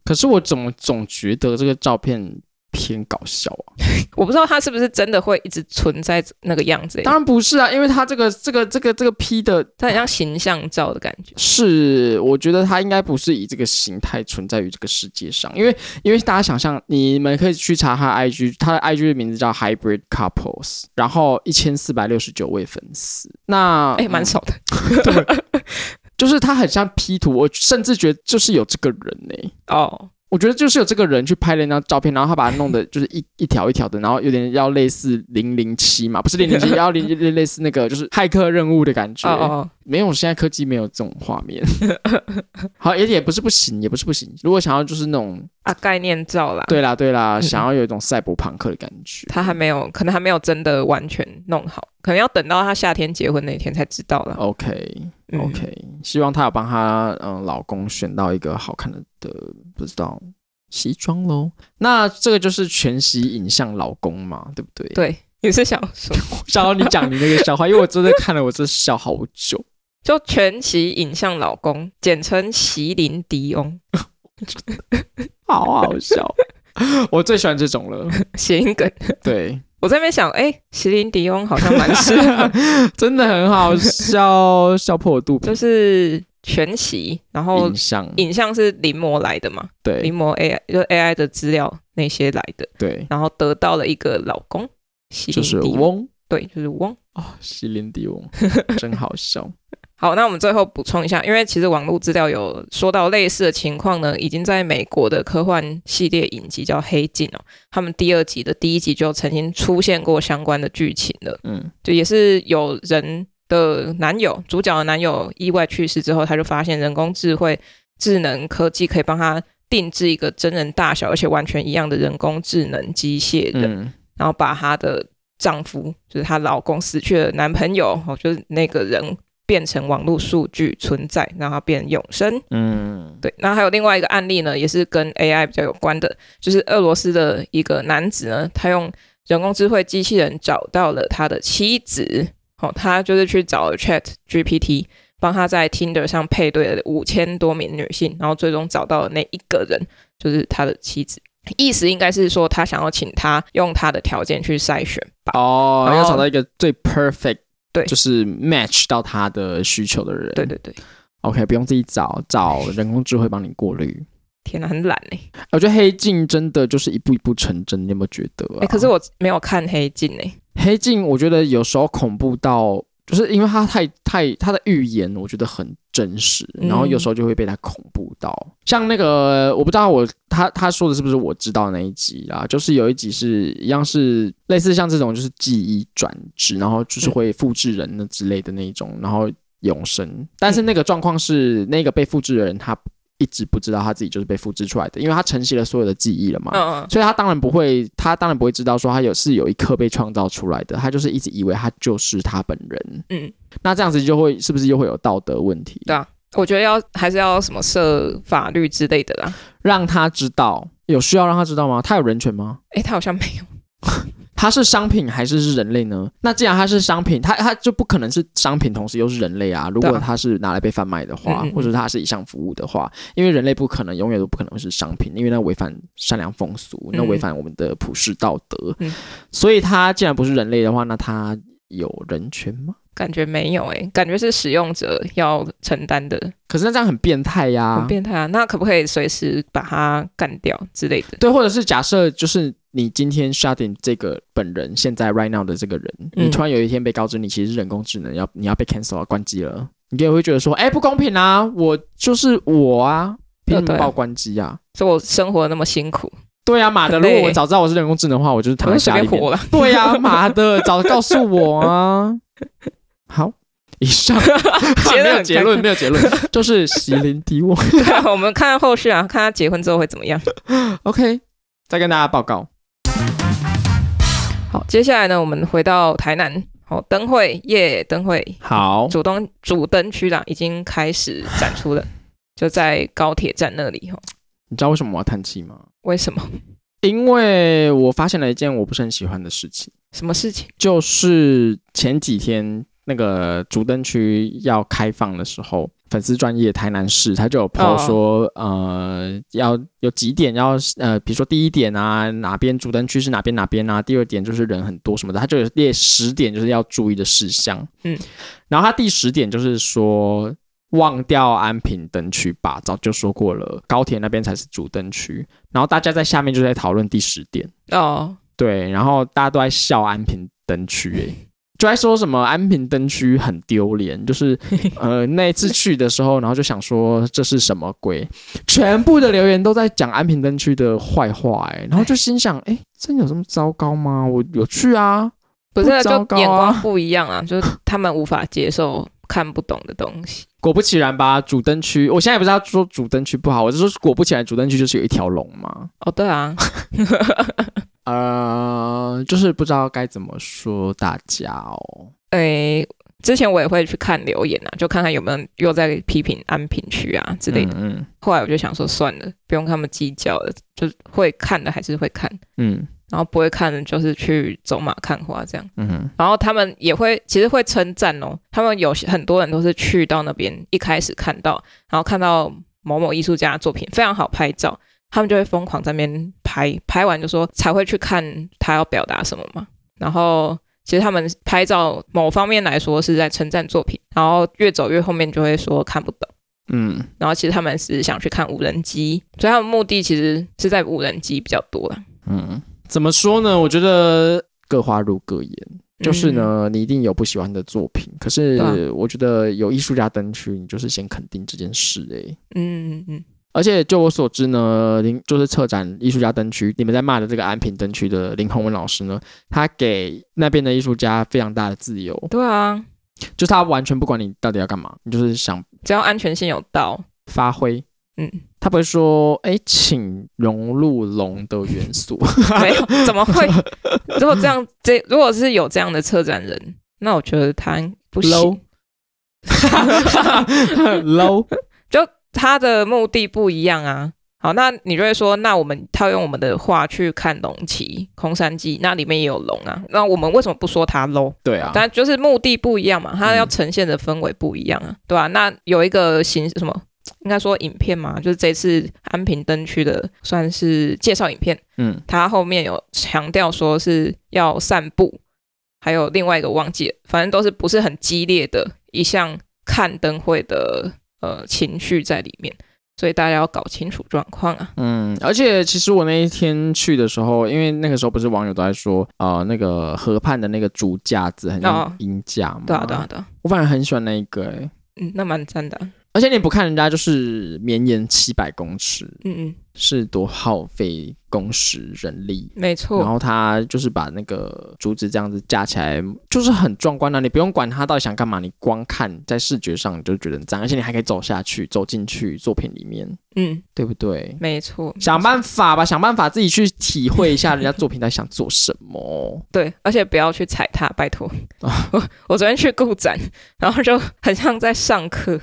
Speaker 2: 可是我怎么总觉得这个照片偏搞笑啊。
Speaker 1: 我不知道他是不是真的会一直存在那个样子，
Speaker 2: 当然不是啊，因为他这个这个这个这个 P 的
Speaker 1: 它很像形象照的感觉。
Speaker 2: 是，我觉得他应该不是以这个形态存在于这个世界上，因为因为大家想象，你们可以去查他 IG，他的 IG 的名字叫 Hybrid Couples，然后一千四百六十九位粉丝，那
Speaker 1: 哎、蛮
Speaker 2: 嗯
Speaker 1: 少的。
Speaker 2: 就是他很像 P 图，我甚至觉得就是有这个人欸呢、
Speaker 1: 哦，
Speaker 2: 我觉得就是有这个人去拍了那张照片，然后他把它弄的就是一一条一条的，然后有点要类似零零七嘛，不是零 零七，要类类类似那个就是 骇客任务的感觉。
Speaker 1: 哦哦，
Speaker 2: 没有，现在科技没有这种画 面。好，也也不是不行，也不是不行。如果想要就是那种，
Speaker 1: 啊，概念照啦。，
Speaker 2: 对啦对啦，
Speaker 1: 嗯
Speaker 2: 想要有一种赛博朋克的感觉，
Speaker 1: 他还没有，可能还没有真的完全弄好，可能要等到他夏天结婚那一天才知道了。
Speaker 2: OK
Speaker 1: 嗯
Speaker 2: 哦 OK，、希望她有帮她嗯老公选到一个好看的的，不知道西装喽。那这个就是全息影像老公嘛，对不对？，
Speaker 1: 对，也是想 说，
Speaker 2: 想要你讲你那个笑话，因为我真的看了，我真的笑好 久。
Speaker 1: 就全息影像老公，简称席琳迪翁，
Speaker 2: 好好笑，我最喜欢这种了。
Speaker 1: 谐音梗。
Speaker 2: 对，
Speaker 1: 我在那边想，哎、席琳迪翁好像蛮 适合，
Speaker 2: 真的很好笑，笑破我肚皮
Speaker 1: 就。是全息，然后
Speaker 2: 影像，
Speaker 1: 影像是临摹来的嘛，
Speaker 2: 对
Speaker 1: 临摹 AI 就是 AI 的资料那些来的，
Speaker 2: 对，
Speaker 1: 然后得到了一个老公，席琳
Speaker 2: 就是
Speaker 1: 迪翁，
Speaker 2: 翁
Speaker 1: 对，就是翁。
Speaker 2: 啊，西林 迪翁，真好笑。
Speaker 1: 好，那我们最后补充一下，因为其实网络资料有说到类似的情况呢，已经在美国的科幻系列影集叫《黑镜》哦，他们第二集的第一集就曾经出现过相关的剧情了，
Speaker 2: 嗯，
Speaker 1: 就也是有人的男友，主角的男友意外去世之后，他就发现人工智慧、智能科技可以帮他定制一个真人大小而且完全一样的人工智能机械人，
Speaker 2: 嗯，
Speaker 1: 然后把她的丈夫，就是她老公死去的男朋友，哦，就是那个人变成网络数据存在，让他变永生。
Speaker 2: 嗯，
Speaker 1: 对，那还有另外一个案例呢，也是跟 AI 比较有关的，就是俄罗斯的一个男子呢，他用人工智慧机器人找到了他的妻子，哦，他就是去找 Chat GPT。帮他在 Tinder 上配对了五千多名女性，然后最终找到的那一个人就是他的妻子。意思应该是说，他想要请他用他的条件去筛选吧。
Speaker 2: 哦，
Speaker 1: 然
Speaker 2: 要
Speaker 1: 后
Speaker 2: 找到一个最 perfect，
Speaker 1: 对
Speaker 2: 就是 match 到他的需求的人。
Speaker 1: 对对对，
Speaker 2: ，OK，不用自己找，找人工智慧帮你过滤。
Speaker 1: 天哪，很懒哎、
Speaker 2: 我觉得黑镜真的就是一步一步成真，你有没有觉得啊、
Speaker 1: 哎、可是我没有看黑镜哎、
Speaker 2: 黑镜，我觉得有时候恐怖到，就是因为它太太它的预言，我觉得很真实，
Speaker 1: 嗯
Speaker 2: 然后有时候就会被它恐怖到。像那个，我不知道我他他说的是不是我知道那一集啦，就是有一集是一样是类似像这种，就是记忆转职，然后就是会复制人的之类的那一种，然后永生。但是那个状况是，那个被复制的人他一直不知道他自己就是被复制出来的，因为他承袭了所有的记忆了嘛。
Speaker 1: 嗯嗯，
Speaker 2: 所以他当然不会，他当然不会知道说他有是有一刻被创造出来的，他就是一直以为他就是他本人。
Speaker 1: 嗯，
Speaker 2: 那这样子就会是不是又会有道德问题？
Speaker 1: 对啊我觉得要还是要什么设法律之类的啦。
Speaker 2: 让他知道，有需要让他知道吗？他有人权吗？
Speaker 1: 哎、他好像没有，
Speaker 2: 他是商品还是是人类呢？那既然他是商品，他他就不可能是商品，同时又是人类啊。如
Speaker 1: 对
Speaker 2: 果
Speaker 1: 啊
Speaker 2: 他是拿来被贩卖的话，
Speaker 1: 嗯嗯嗯
Speaker 2: 或者他是一项服务的话，因为人类不可能永远都不可能是商品，因为那违反善良风俗，那
Speaker 1: 嗯
Speaker 2: 违反我们的普世道德。
Speaker 1: 嗯
Speaker 2: 所以他既然不是人类的话，那他有人权吗？
Speaker 1: 感觉没有哎、感觉是使用者要承担的，
Speaker 2: 可是那这样很变态呀、
Speaker 1: 很变态啊。那可不可以随时把他干掉之类的？
Speaker 2: 对，或者是假设就是你今天 Sharding 这个本人现在 right now 的这个人，
Speaker 1: 嗯
Speaker 2: 你突然有一天被告知你其实是人工智能，要你要被 cancel 了，关机了，你也会觉得说，哎，不公平啊，我就是我啊，凭
Speaker 1: 呃对
Speaker 2: 什么
Speaker 1: 对
Speaker 2: 报关机啊？
Speaker 1: 所以我生活得那么辛苦，
Speaker 2: 对啊， 妈的！
Speaker 1: 很
Speaker 2: 如
Speaker 1: 累
Speaker 2: 果我早知道我是人工智能的话，我就是
Speaker 1: 我
Speaker 2: 躺在
Speaker 1: 就随
Speaker 2: 家
Speaker 1: 便
Speaker 2: 里面。
Speaker 1: 活了。
Speaker 2: 对呀、妈的，早告诉我啊！好，以上
Speaker 1: 结论
Speaker 2: 没有
Speaker 1: 很
Speaker 2: 结论，没有结论，就是席琳迪翁。
Speaker 1: 对啊，我们看后续啊，看他结婚之后会怎么样。
Speaker 2: OK，再跟大家报告。
Speaker 1: 好，接下来呢，我们回到台南。好，灯会耶，灯会
Speaker 2: 好，
Speaker 1: 主灯主灯区啦，已经开始展出了，就在高铁站那里哦。
Speaker 2: 你知道为什么我要叹气吗？
Speaker 1: 为什么？
Speaker 2: 因为我发现了一件我不是很喜欢的事情，
Speaker 1: 什么事情？
Speaker 2: 就是前几天那个竹灯区要开放的时候，粉丝专业台南市他就有 PO 说，呃，要有几点要呃，比如说第一点啊，哪边竹灯区是哪边哪边啊，第二点就是人很多什么的，他就有列十点就是要注意的事项。
Speaker 1: 嗯，
Speaker 2: 然后他第十点就是说。忘掉安平灯区吧，早就说过了，高铁那边才是主灯区。然后大家在下面就在讨论第十点，
Speaker 1: 哦，
Speaker 2: 对，然后大家都在笑安平灯区、欸，就在说什么安平灯区很丢 脸，就是呃那一次去的时候，然后就想说这是什么鬼，全部的留言都在讲安平灯区的坏话、欸，哎，然后就心想，哎、真有这么糟糕吗？我有去啊，
Speaker 1: 不是啊，
Speaker 2: 不
Speaker 1: 就
Speaker 2: 糟糕啊
Speaker 1: 眼光不一样啊， 就是他们无法接受看不懂的东西。
Speaker 2: 果不其然吧，主灯区，我现在也不是要说主灯区不好，我是说果不其然，主灯区就是有一条龙嘛，
Speaker 1: 哦，对啊，
Speaker 2: 呃，就是不知道该怎么说大家哦。
Speaker 1: 诶、之前我也会去看留言啊，就看看有没有人又在批评安平区啊之类的。
Speaker 2: 嗯
Speaker 1: 后来我就想说，算了，不用跟他们计较了，就是会看的还是会看，
Speaker 2: 嗯
Speaker 1: 然后不会看的就是去走马看花这样。
Speaker 2: 嗯嗯，
Speaker 1: 然后他们也会其实会称赞哦，他们有些很多人都是去到那边一开始看到，然后看到某某艺术家的作品非常好拍照，他们就会疯狂在那边拍，拍完就说才会去看他要表达什么嘛。然后其实他们拍照某方面来说是在称赞作品，然后越走越后面就会说看不懂。
Speaker 2: 嗯
Speaker 1: 然后其实他们是想去看无人机，所以他们目的其实是在无人机比较多啦。
Speaker 2: 嗯，怎么说呢？我觉得各花入各眼，就是呢，你一定有不喜欢的作品，可
Speaker 1: 嗯对啊
Speaker 2: 是我觉得有艺术家登区，你就是先肯定这件事诶、
Speaker 1: 嗯，嗯嗯嗯，
Speaker 2: 而且就我所知呢，林就是策展艺术家灯区，你们在骂的这个安平灯区的林宏文老师呢，他给那边的艺术家非常大的自由，
Speaker 1: 对啊，
Speaker 2: 就是他完全不管你到底要干嘛，你就是想
Speaker 1: 只要安全性有到，
Speaker 2: 发挥。
Speaker 1: 嗯，
Speaker 2: 他不会说，哎，请融入龙的元素，
Speaker 1: 没有，怎么会？如果这样，这如果是有这样的策展人，那我觉得他 不
Speaker 2: Low
Speaker 1: 行。
Speaker 2: low，
Speaker 1: 他的目的不一样啊。好，那你就会说，那我们套用我们的话去看龙旗、空山记，那里面也有龙啊。那我们为什么不说它 low？
Speaker 2: 对啊，
Speaker 1: 但就是目的不一样嘛，它
Speaker 2: 嗯
Speaker 1: 要呈现的氛围不一样啊，对吧、那有一个形什么，应该说影片嘛，就是这次安平灯区的算是介绍影片，
Speaker 2: 嗯，
Speaker 1: 它后面有强调说是要散步，还有另外一个忘记了，反正都是不是很激烈的一项看灯会的呃情绪在里面，所以大家要搞清楚状况啊。
Speaker 2: 嗯，而且其实我那一天去的时候，因为那个时候不是网友都在说，呃，那个河畔的那个竹架子很像
Speaker 1: 哦
Speaker 2: 鹰架嘛、
Speaker 1: 对啊，对啊，，对啊，
Speaker 2: 我反而很喜欢那一个、欸，
Speaker 1: 嗯，那蛮赞的啊、
Speaker 2: 而且你不看人家就是绵延七百公尺，
Speaker 1: 嗯嗯，
Speaker 2: 是多耗费工时人力。
Speaker 1: 没
Speaker 2: 然
Speaker 1: 错，
Speaker 2: 后他就是把那个竹子这样子架起来，就是很壮观的、啊你不用管他到底想干嘛，你光看在视觉上你就觉得很赞，而且你还可以走下去，走进去作品里面，
Speaker 1: 嗯，
Speaker 2: 对不对？
Speaker 1: 没错，
Speaker 2: 想办法吧，想办法自己去体会一下人家作品在想做什么。
Speaker 1: 对，而且不要去踩踏，拜托。
Speaker 2: 哦
Speaker 1: 我 我昨天去顾展，然后就很像在上课，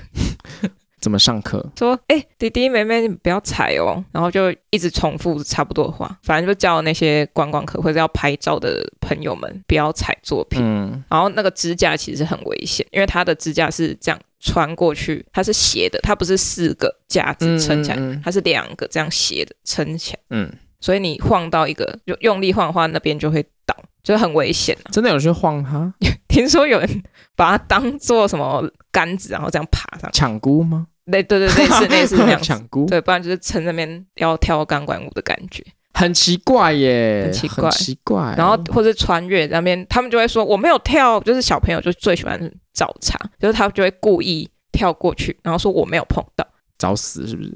Speaker 2: 怎么上课？
Speaker 1: 说：“哎、弟弟妹妹，你们不要踩哦。”然后就一直重复差不多的话，反正就叫那些观光客或者要拍照的朋友们不要踩作品。
Speaker 2: 嗯
Speaker 1: 然后那个支架其实很危险，因为它的支架是这样穿过去，它是斜的，它不是四个架子撑起来，
Speaker 2: 嗯嗯嗯
Speaker 1: 它是两个这样斜的撑起来，
Speaker 2: 嗯，
Speaker 1: 所以你晃到一个就用力晃的话，那边就会倒，就很危险。啊
Speaker 2: 真的有人去晃他
Speaker 1: 听说有人把它当做什么杆子，然后这样爬上去。
Speaker 2: 抢姑吗？
Speaker 1: 类对对，类 似类似那样子。
Speaker 2: 抢姑，
Speaker 1: 对，不然就是撑那边要跳钢管舞的感觉，
Speaker 2: 很奇怪耶，
Speaker 1: 很奇怪
Speaker 2: 奇怪
Speaker 1: 然后或是穿越那边，他们就会说我没有跳，就是小朋友就最喜欢找茬，就是他就会故意跳过去，然后说我没有碰到，
Speaker 2: 找死是不是？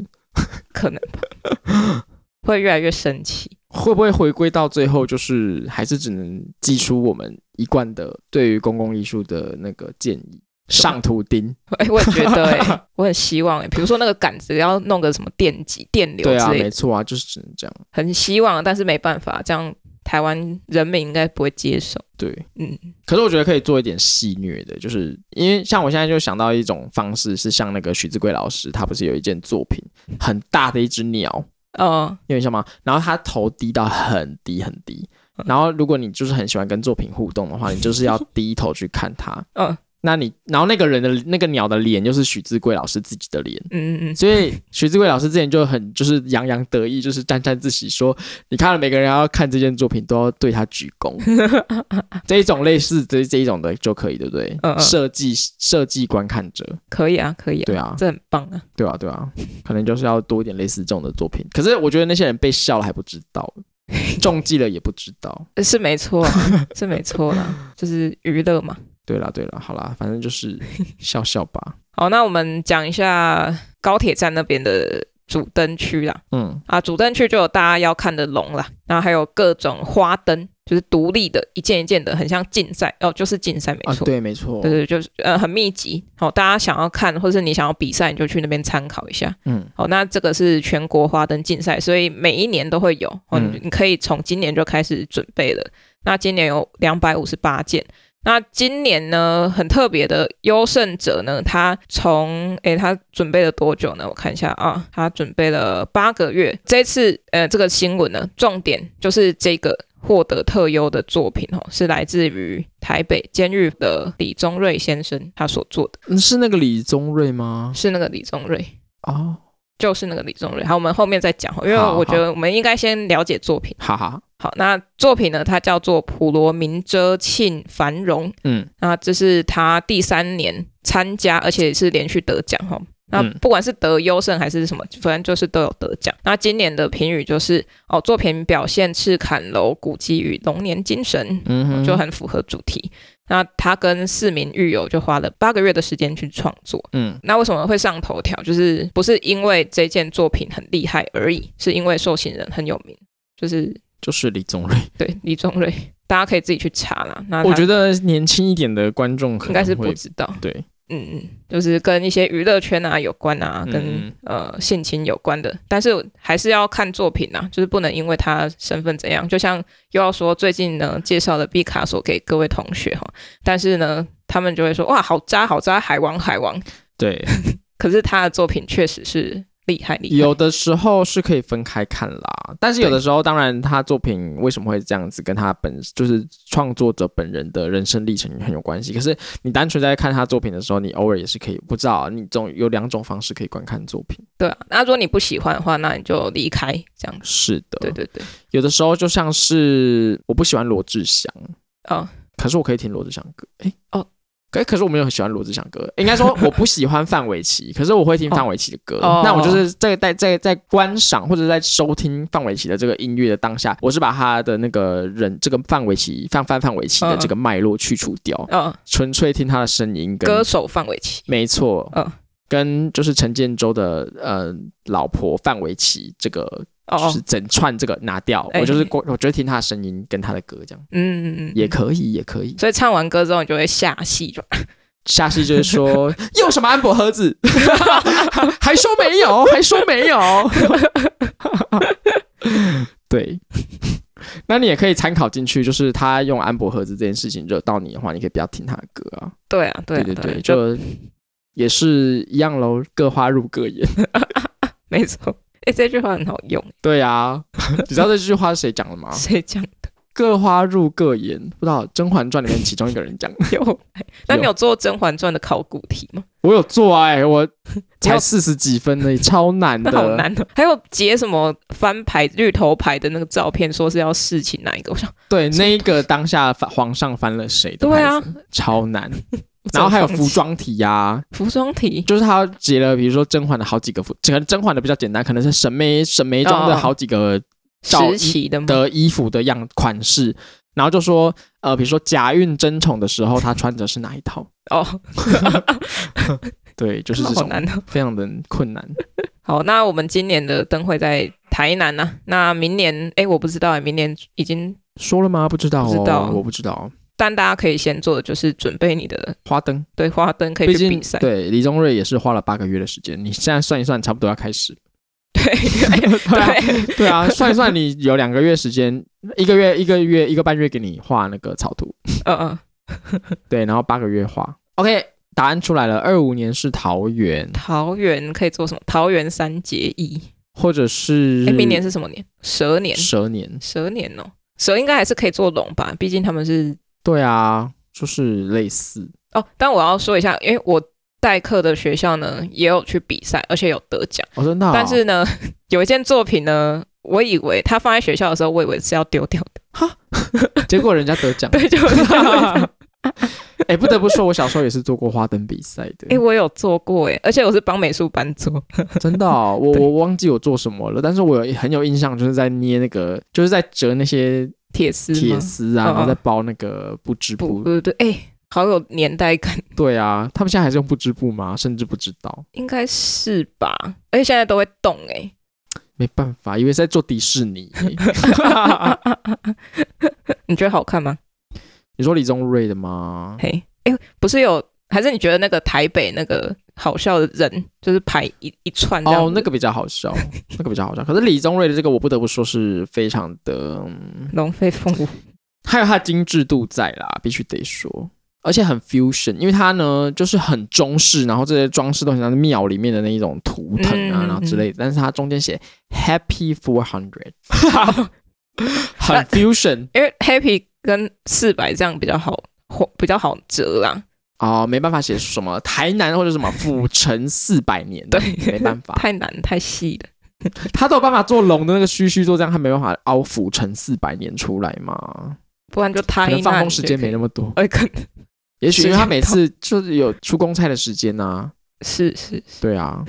Speaker 1: 可 能吧，会越来越生气。
Speaker 2: 会不会回归到最后，就是还是只能祭出我们一贯的对于公共艺术的那个建议？上图钉，
Speaker 1: 哎、我也觉得、 哎，我很希望、哎，比如说那个杆子要弄个什么电极、电流
Speaker 2: 对
Speaker 1: 之
Speaker 2: 啊，
Speaker 1: 类的，
Speaker 2: 没错啊，就是只能这样。
Speaker 1: 很希望，但是没办法，这样台湾人民应该不会接受。
Speaker 2: 对，
Speaker 1: 嗯，
Speaker 2: 可是我觉得可以做一点戏虐的，就是因为像我现在就想到一种方式，是像那个徐志贵老师，他不是有一件作品，很大的一只鸟，
Speaker 1: 哦，
Speaker 2: 你有印象吗？然后他头低到很低很
Speaker 1: 嗯
Speaker 2: 低，然后如果你就是很喜欢跟作品互动的话，你就是要低头去看它，
Speaker 1: 嗯，
Speaker 2: 那你然后那个人的那个鸟的脸就是许志贵老师自己的脸。
Speaker 1: 嗯嗯嗯，
Speaker 2: 所以许志贵老师之前就很就是洋洋得意，就是沾沾自喜说，你看了每个人要看这件作品都要对他鞠 躬，这一种类似这这一种的就可以，对不对？
Speaker 1: 嗯嗯
Speaker 2: 设计设计观看者，
Speaker 1: 可以啊，可以啊，
Speaker 2: 对啊，
Speaker 1: 这很棒啊。
Speaker 2: 对啊，对啊，可能就是要多一点类似这种的作品。可是我觉得那些人被笑了还不知 道，中计了也不知道。
Speaker 1: 呃是没错 啊，是没错啦，就是娱乐嘛。
Speaker 2: 对啦，对啦，好啦，反正就是笑笑 吧。
Speaker 1: 好，那我们讲一下高铁站那边的主灯区啦。
Speaker 2: 嗯
Speaker 1: 啊，主灯区就有大家要看的龙啦，然后还有各种花灯，就是独立的，一件一件的，很像竞赛哦，就是竞赛没
Speaker 2: 啊，
Speaker 1: 错。
Speaker 2: 对，没错
Speaker 1: 对。对，就是呃很密集。好、大家想要看，或是你想要比赛，你就去那边参考一下。
Speaker 2: 嗯，
Speaker 1: 好、哦那这个是全国花灯竞赛，所以每一年都会有。哦，
Speaker 2: 嗯
Speaker 1: 你你可以从今年就开始准备了。那今年有两百五十八件。那今年呢，很特别的优胜者呢，他从诶他准备了多久呢？我看一下啊，他准备了八个月。这次呃这个新闻呢，重点就是这个获得特优的作品哦，是来自于台北监狱的李宗瑞先生他所做的，
Speaker 2: 嗯是那个李宗瑞吗？
Speaker 1: 是那个李宗瑞。
Speaker 2: 哦，
Speaker 1: 就是那个李宗瑞，好，我们后面再讲哦，因为
Speaker 2: 好
Speaker 1: 我觉得我们应该先了解作品。
Speaker 2: 哈哈，
Speaker 1: 好，那作品呢，它叫做《普罗民遮庆繁荣》，
Speaker 2: 嗯
Speaker 1: 那这是他第三年参加，而且是连续得奖哈。那
Speaker 2: 嗯
Speaker 1: 不管是得优胜还是什么，反正就是都有得奖。那今年的评语就是哦，作品表现赤坎楼古迹与龙年精神，
Speaker 2: 嗯哼，
Speaker 1: 就很符合主题。那他跟四名狱友就花了八个月的时间去创作。
Speaker 2: 嗯
Speaker 1: 那为什么会上头条？就是不是因为这件作品很厉害而已，是因为受刑人很有名，就是
Speaker 2: 就是李宗瑞。
Speaker 1: 对李宗瑞，大家可以自己去查啦。 那
Speaker 2: 我觉
Speaker 1: 得
Speaker 2: 得年轻一点的观众可
Speaker 1: 应该
Speaker 2: 能
Speaker 1: 是
Speaker 2: 会
Speaker 1: 不知道，
Speaker 2: 对，
Speaker 1: 嗯嗯，就是跟一些娱乐圈啊有关啊，跟、
Speaker 2: 嗯
Speaker 1: 呃性情有关的，但是还是要看作品啊，就是不能因为他身份怎样，就像又要说最近呢介绍的毕卡索给各位同学哈，但是呢他们就会说哇好渣好渣海王海王，
Speaker 2: 对，
Speaker 1: 可是他的作品确实是厉害厉害，
Speaker 2: 有的时候是可以分开看啦，但是有的时候，当然他作品为什么会这样子，跟他本就是创作者本人的人生历程很有关系。可是你单纯在看他作品的时候，你偶尔也是可以，不知道你总有两种方式可以观看作品。
Speaker 1: 对啊，那如果你不喜欢的话，那你就离开这样子。
Speaker 2: 是的，
Speaker 1: 对对对，
Speaker 2: 有的时候就像是我不喜欢罗志祥，
Speaker 1: 哦
Speaker 2: 可是我可以听罗志祥歌，哎、
Speaker 1: 哦。
Speaker 2: 可可是我没有很喜欢罗志祥歌，应该说我不喜欢范玮琪， 可是我会听范玮琪的歌。
Speaker 1: 哦
Speaker 2: 那我就是在在在在观赏或者在收听范玮琪的这个音乐的当下，我是把他的那个人这个范玮琪范范范玮琪的这个脉络去除掉，
Speaker 1: 哦，
Speaker 2: 纯粹听他的声音跟
Speaker 1: 歌手范玮琪，
Speaker 2: 没错，
Speaker 1: 嗯
Speaker 2: 跟就是陈建州的呃老婆范玮琪这个就
Speaker 1: 哦
Speaker 2: 是，整串这个拿掉，
Speaker 1: 哎
Speaker 2: 我就是我我觉得听他的声音跟他的歌这样
Speaker 1: 嗯嗯嗯，
Speaker 2: 也可以，也可以。
Speaker 1: 所以唱完歌之后，你就会下戏就
Speaker 2: 下戏就是说，用什么安博盒子？还说没有，还说没有。对，那你也可以参考进去，就是他用安博盒子这件事情惹到你的话，你可以不要听他的歌啊。
Speaker 1: 对啊，对啊
Speaker 2: 对
Speaker 1: 对啊
Speaker 2: 对，
Speaker 1: 就
Speaker 2: 就也是一样喽，各花入各眼。
Speaker 1: 没错。哎，这句话很好用，
Speaker 2: 对啊， 你知道这句话是谁讲的吗？
Speaker 1: 谁讲的？
Speaker 2: 各花入各眼，不知道《甄嬛传》里面其中一个人讲的。
Speaker 1: 有，那你有做《甄嬛传》的考古题吗？
Speaker 2: 我有做哎、我才
Speaker 1: 有
Speaker 2: 四十几分呢，超难的，
Speaker 1: 那好难哦。还有截什么翻牌绿头牌的那个照片，说是要侍寝哪一个？我想，
Speaker 2: 对，那一个当下翻皇上翻了谁的
Speaker 1: 对啊
Speaker 2: 牌子，超 难。
Speaker 1: 我怎
Speaker 2: 然
Speaker 1: 么
Speaker 2: 后还有
Speaker 1: 放
Speaker 2: 服
Speaker 1: 弃
Speaker 2: 装题呀、
Speaker 1: 服装题，
Speaker 2: 就是他截了，比如说甄嬛的好几个服，可能甄嬛的比较简单，可能是沈眉沈眉庄的好几
Speaker 1: 嗯
Speaker 2: 个照
Speaker 1: 时期的吗？
Speaker 2: 的衣服的样款式，然后就说呃，比如说假孕争宠的时候，她穿着是哪一套？
Speaker 1: 哦，
Speaker 2: 对，就是这
Speaker 1: 好
Speaker 2: 种
Speaker 1: 难哦。
Speaker 2: 非常的困难。
Speaker 1: 好，那我们今年的灯会在台南呢、那明年，哎，我不知道诶，明年已经，
Speaker 2: 说了吗？不知道、哦，
Speaker 1: 不知道
Speaker 2: 我不知道。
Speaker 1: 但大家可以先做的就是准备你的
Speaker 2: 花灯，
Speaker 1: 对花灯，可
Speaker 2: 毕
Speaker 1: 以去
Speaker 2: 竟
Speaker 1: 比赛。
Speaker 2: 对李宗瑞也是花了八个月的时间，你现在算一算，差不多要开始了。
Speaker 1: 对
Speaker 2: 对啊，
Speaker 1: 对
Speaker 2: 对啊，算一算，你有两个月时间，一个月、一个月、一个半月给你画那个草图，
Speaker 1: 嗯嗯，
Speaker 2: 对，然后八个月画。OK，答案出来了，二五年是桃园，
Speaker 1: 桃园可以做什么？桃园三结义。
Speaker 2: 或者是
Speaker 1: 哎，明年是什么年？蛇年，
Speaker 2: 蛇年，
Speaker 1: 蛇年哦，蛇应该还是可以做龙吧，毕竟他们是
Speaker 2: 对啊，就是类似，
Speaker 1: 哦，但我要说一下，因为我代课的学校呢也有去比赛，而且有得奖。
Speaker 2: 哦，真的哦、
Speaker 1: 但是呢， 有一件作品呢，我以为它放在学校的时候，我以为是要丢掉的，
Speaker 2: 结果人家得奖。
Speaker 1: 对，就是这样。
Speaker 2: 哎、不得不说，我小时候也是做过花灯比赛的。
Speaker 1: 哎、我有做过哎，而且我是帮美术班做。
Speaker 2: 真的哦、我
Speaker 1: 对
Speaker 2: 我忘记我做什么了，但是我有很有印象，就是在捏那个，就是在折那些
Speaker 1: 铁丝吗
Speaker 2: 铁丝
Speaker 1: 嗯
Speaker 2: 啊，
Speaker 1: 嗯
Speaker 2: 然后再包那个布织
Speaker 1: 不
Speaker 2: 布。
Speaker 1: 不对，哎、好有年代感，
Speaker 2: 对啊，他们现在还是用布织布吗？甚至不知道，
Speaker 1: 应该是吧？而且现在都会动哎、
Speaker 2: 没办法，因为是在做迪士尼。
Speaker 1: 你觉得好看吗？
Speaker 2: 你说李宗瑞的吗？
Speaker 1: 嘿，哎、不是有，还是你觉得那个台北那个好笑的人，就是排一一串 这样
Speaker 2: 哦，那
Speaker 1: 子
Speaker 2: 个比较好笑，那个比较好笑。可是李宗瑞的这个，我不得不说是非常的，嗯
Speaker 1: 龙飞凤舞，
Speaker 2: 还有他精致度在啦，必须得说，而且很 fusion，因为它呢就是很中式，然后这些装饰都很像庙里面的那一种图腾啊，
Speaker 1: 嗯
Speaker 2: 然后之类的。但是它中间写 Happy Four Hundred，很 fusion
Speaker 1: 因为 Happy 跟四百这样比较好，比较好折啦。
Speaker 2: 哦，没办法写什么台南或者什么府城四百年，
Speaker 1: 对，
Speaker 2: 没办法，
Speaker 1: 太难太细了。
Speaker 2: 他都有办法做龙的那个须须做这样，他没办法凹府城四百年出来嘛。
Speaker 1: 不然就太
Speaker 2: 可能
Speaker 1: 难。
Speaker 2: 放风时间没那么多，
Speaker 1: 哎，可
Speaker 2: 也许因为他
Speaker 1: 时间
Speaker 2: 每次就是有出公差的时间呐、
Speaker 1: 是是，是
Speaker 2: 对啊，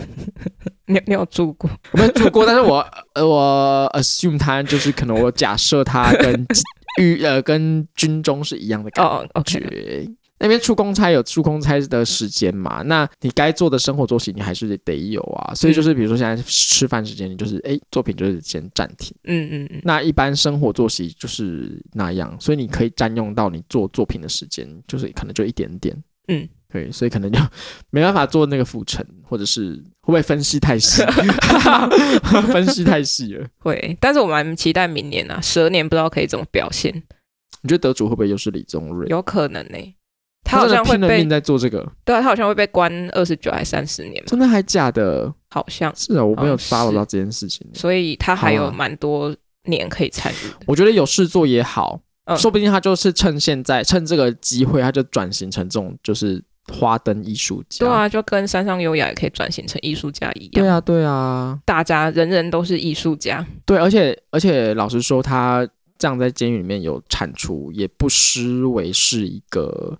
Speaker 1: 你有你有住 过？
Speaker 2: 我没有住过，但是我 呃我 assume 他就是可能我假设他跟 与呃跟军中是一样的感
Speaker 1: 哦
Speaker 2: 觉。
Speaker 1: ，OK，
Speaker 2: 那边出公差有出公差的时间嘛？那你该做的生活作息你还是得有啊。所以就是比如说现在吃饭时间，你就是哎作品就是先暂停。
Speaker 1: 嗯嗯嗯，
Speaker 2: 那一般生活作息就是那样，所以你可以占用到你做作品的时间，就是可能就一点点。
Speaker 1: 嗯，
Speaker 2: 对，所以可能就没办法做那个浮沉，或者是会不会分析太 细？分析太细了，
Speaker 1: 会。但是我蛮期待明年啊，蛇年不知道可以怎么表现，
Speaker 2: 你觉得得主会不会又是李宗瑞？
Speaker 1: 有可能呢。他好
Speaker 2: 真的
Speaker 1: 像会
Speaker 2: 拼了
Speaker 1: 被
Speaker 2: 命在做这个，
Speaker 1: 对啊，他好像会被关二十九还三十年吧，
Speaker 2: 真的还假的？
Speaker 1: 好像，
Speaker 2: 是啊，我没有
Speaker 1: 好像
Speaker 2: follow
Speaker 1: 是
Speaker 2: 到这件事情。
Speaker 1: 所以他还
Speaker 2: 好
Speaker 1: 有
Speaker 2: 啊
Speaker 1: 蛮多年可以参与的。
Speaker 2: 我觉得有事做也好，
Speaker 1: 嗯
Speaker 2: 说不定他就是趁现在趁这个机会，他就转型成这种就是花灯艺术家。
Speaker 1: 对，啊，就跟山上优雅也可以转型成艺术家一样。
Speaker 2: 对啊，对啊。
Speaker 1: 大家人人都是艺术家，
Speaker 2: 对，而且而且老实说，他这样在监狱里面有产出，也不失为是一个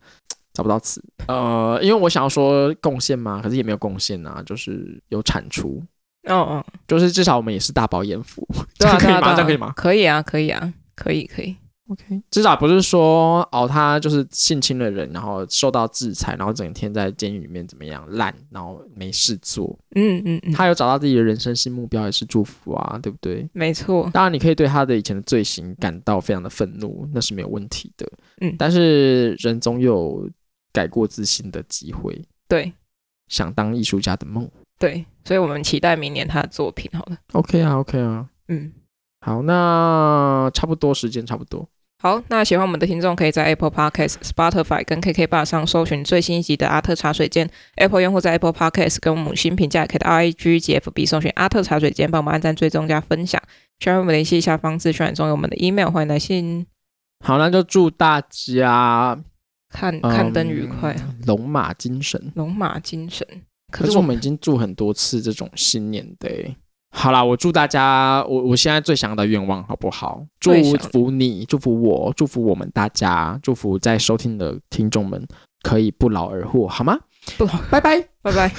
Speaker 2: 找不到词。呃，因为我想要说贡献嘛，可是也没有贡献啊，就是有产出，
Speaker 1: 哦哦，
Speaker 2: 就是至少我们也是大饱眼福，这
Speaker 1: 对啊，
Speaker 2: 样可
Speaker 1: 对
Speaker 2: 以
Speaker 1: 啊对
Speaker 2: 吗？
Speaker 1: 啊
Speaker 2: 这样可以吗
Speaker 1: 可以啊，可以啊，可以可以。
Speaker 2: ？OK，至少不是说哦，他就是性侵了人，然后受到制裁，然后整天在监狱里面怎么样烂，然后没事做。
Speaker 1: 嗯嗯嗯，
Speaker 2: 他有找到自己的人生新目标，也是祝福啊，对不对？
Speaker 1: 没错。
Speaker 2: 当然，你可以对他的以前的罪行感到非常的愤怒，那是没有问题的。
Speaker 1: 嗯
Speaker 2: 但是人总有改过自新的机会，
Speaker 1: 对
Speaker 2: 想当艺术家的梦。
Speaker 1: 对，所以我们期待明年他的作品好了。
Speaker 2: OK 啊，OK 啊，
Speaker 1: 嗯，
Speaker 2: 好，那差不多时间差不多。
Speaker 1: 好，那喜欢我们的听众可以在 Apple Podcast、Spotify 跟 KK Bar 上搜寻最新一集的《阿特茶水间》。Apple 用户在 Apple Podcast 跟我们五星评价，也可以到 IG 及 FB 搜寻“阿特茶水间”，帮我们按赞、追踪加分享。需要我们联系下方资讯栏中有我们的 email，欢迎来信。
Speaker 2: 好，那就祝大家
Speaker 1: 看
Speaker 2: 嗯
Speaker 1: 看灯愉快，
Speaker 2: 龙马精神。
Speaker 1: 龙马精神。可
Speaker 2: 可
Speaker 1: 是
Speaker 2: 是
Speaker 1: 我
Speaker 2: 我
Speaker 1: 们
Speaker 2: 们已经祝很多次这种新年的欸、好啦，我祝大家，我我现在最想要的愿望好不好？祝
Speaker 1: 最想
Speaker 2: 福你，祝福我，祝福我们大家，祝福在收听的听众们可以不劳而获，好吗？
Speaker 1: 不劳，
Speaker 2: 拜拜。
Speaker 1: 拜拜。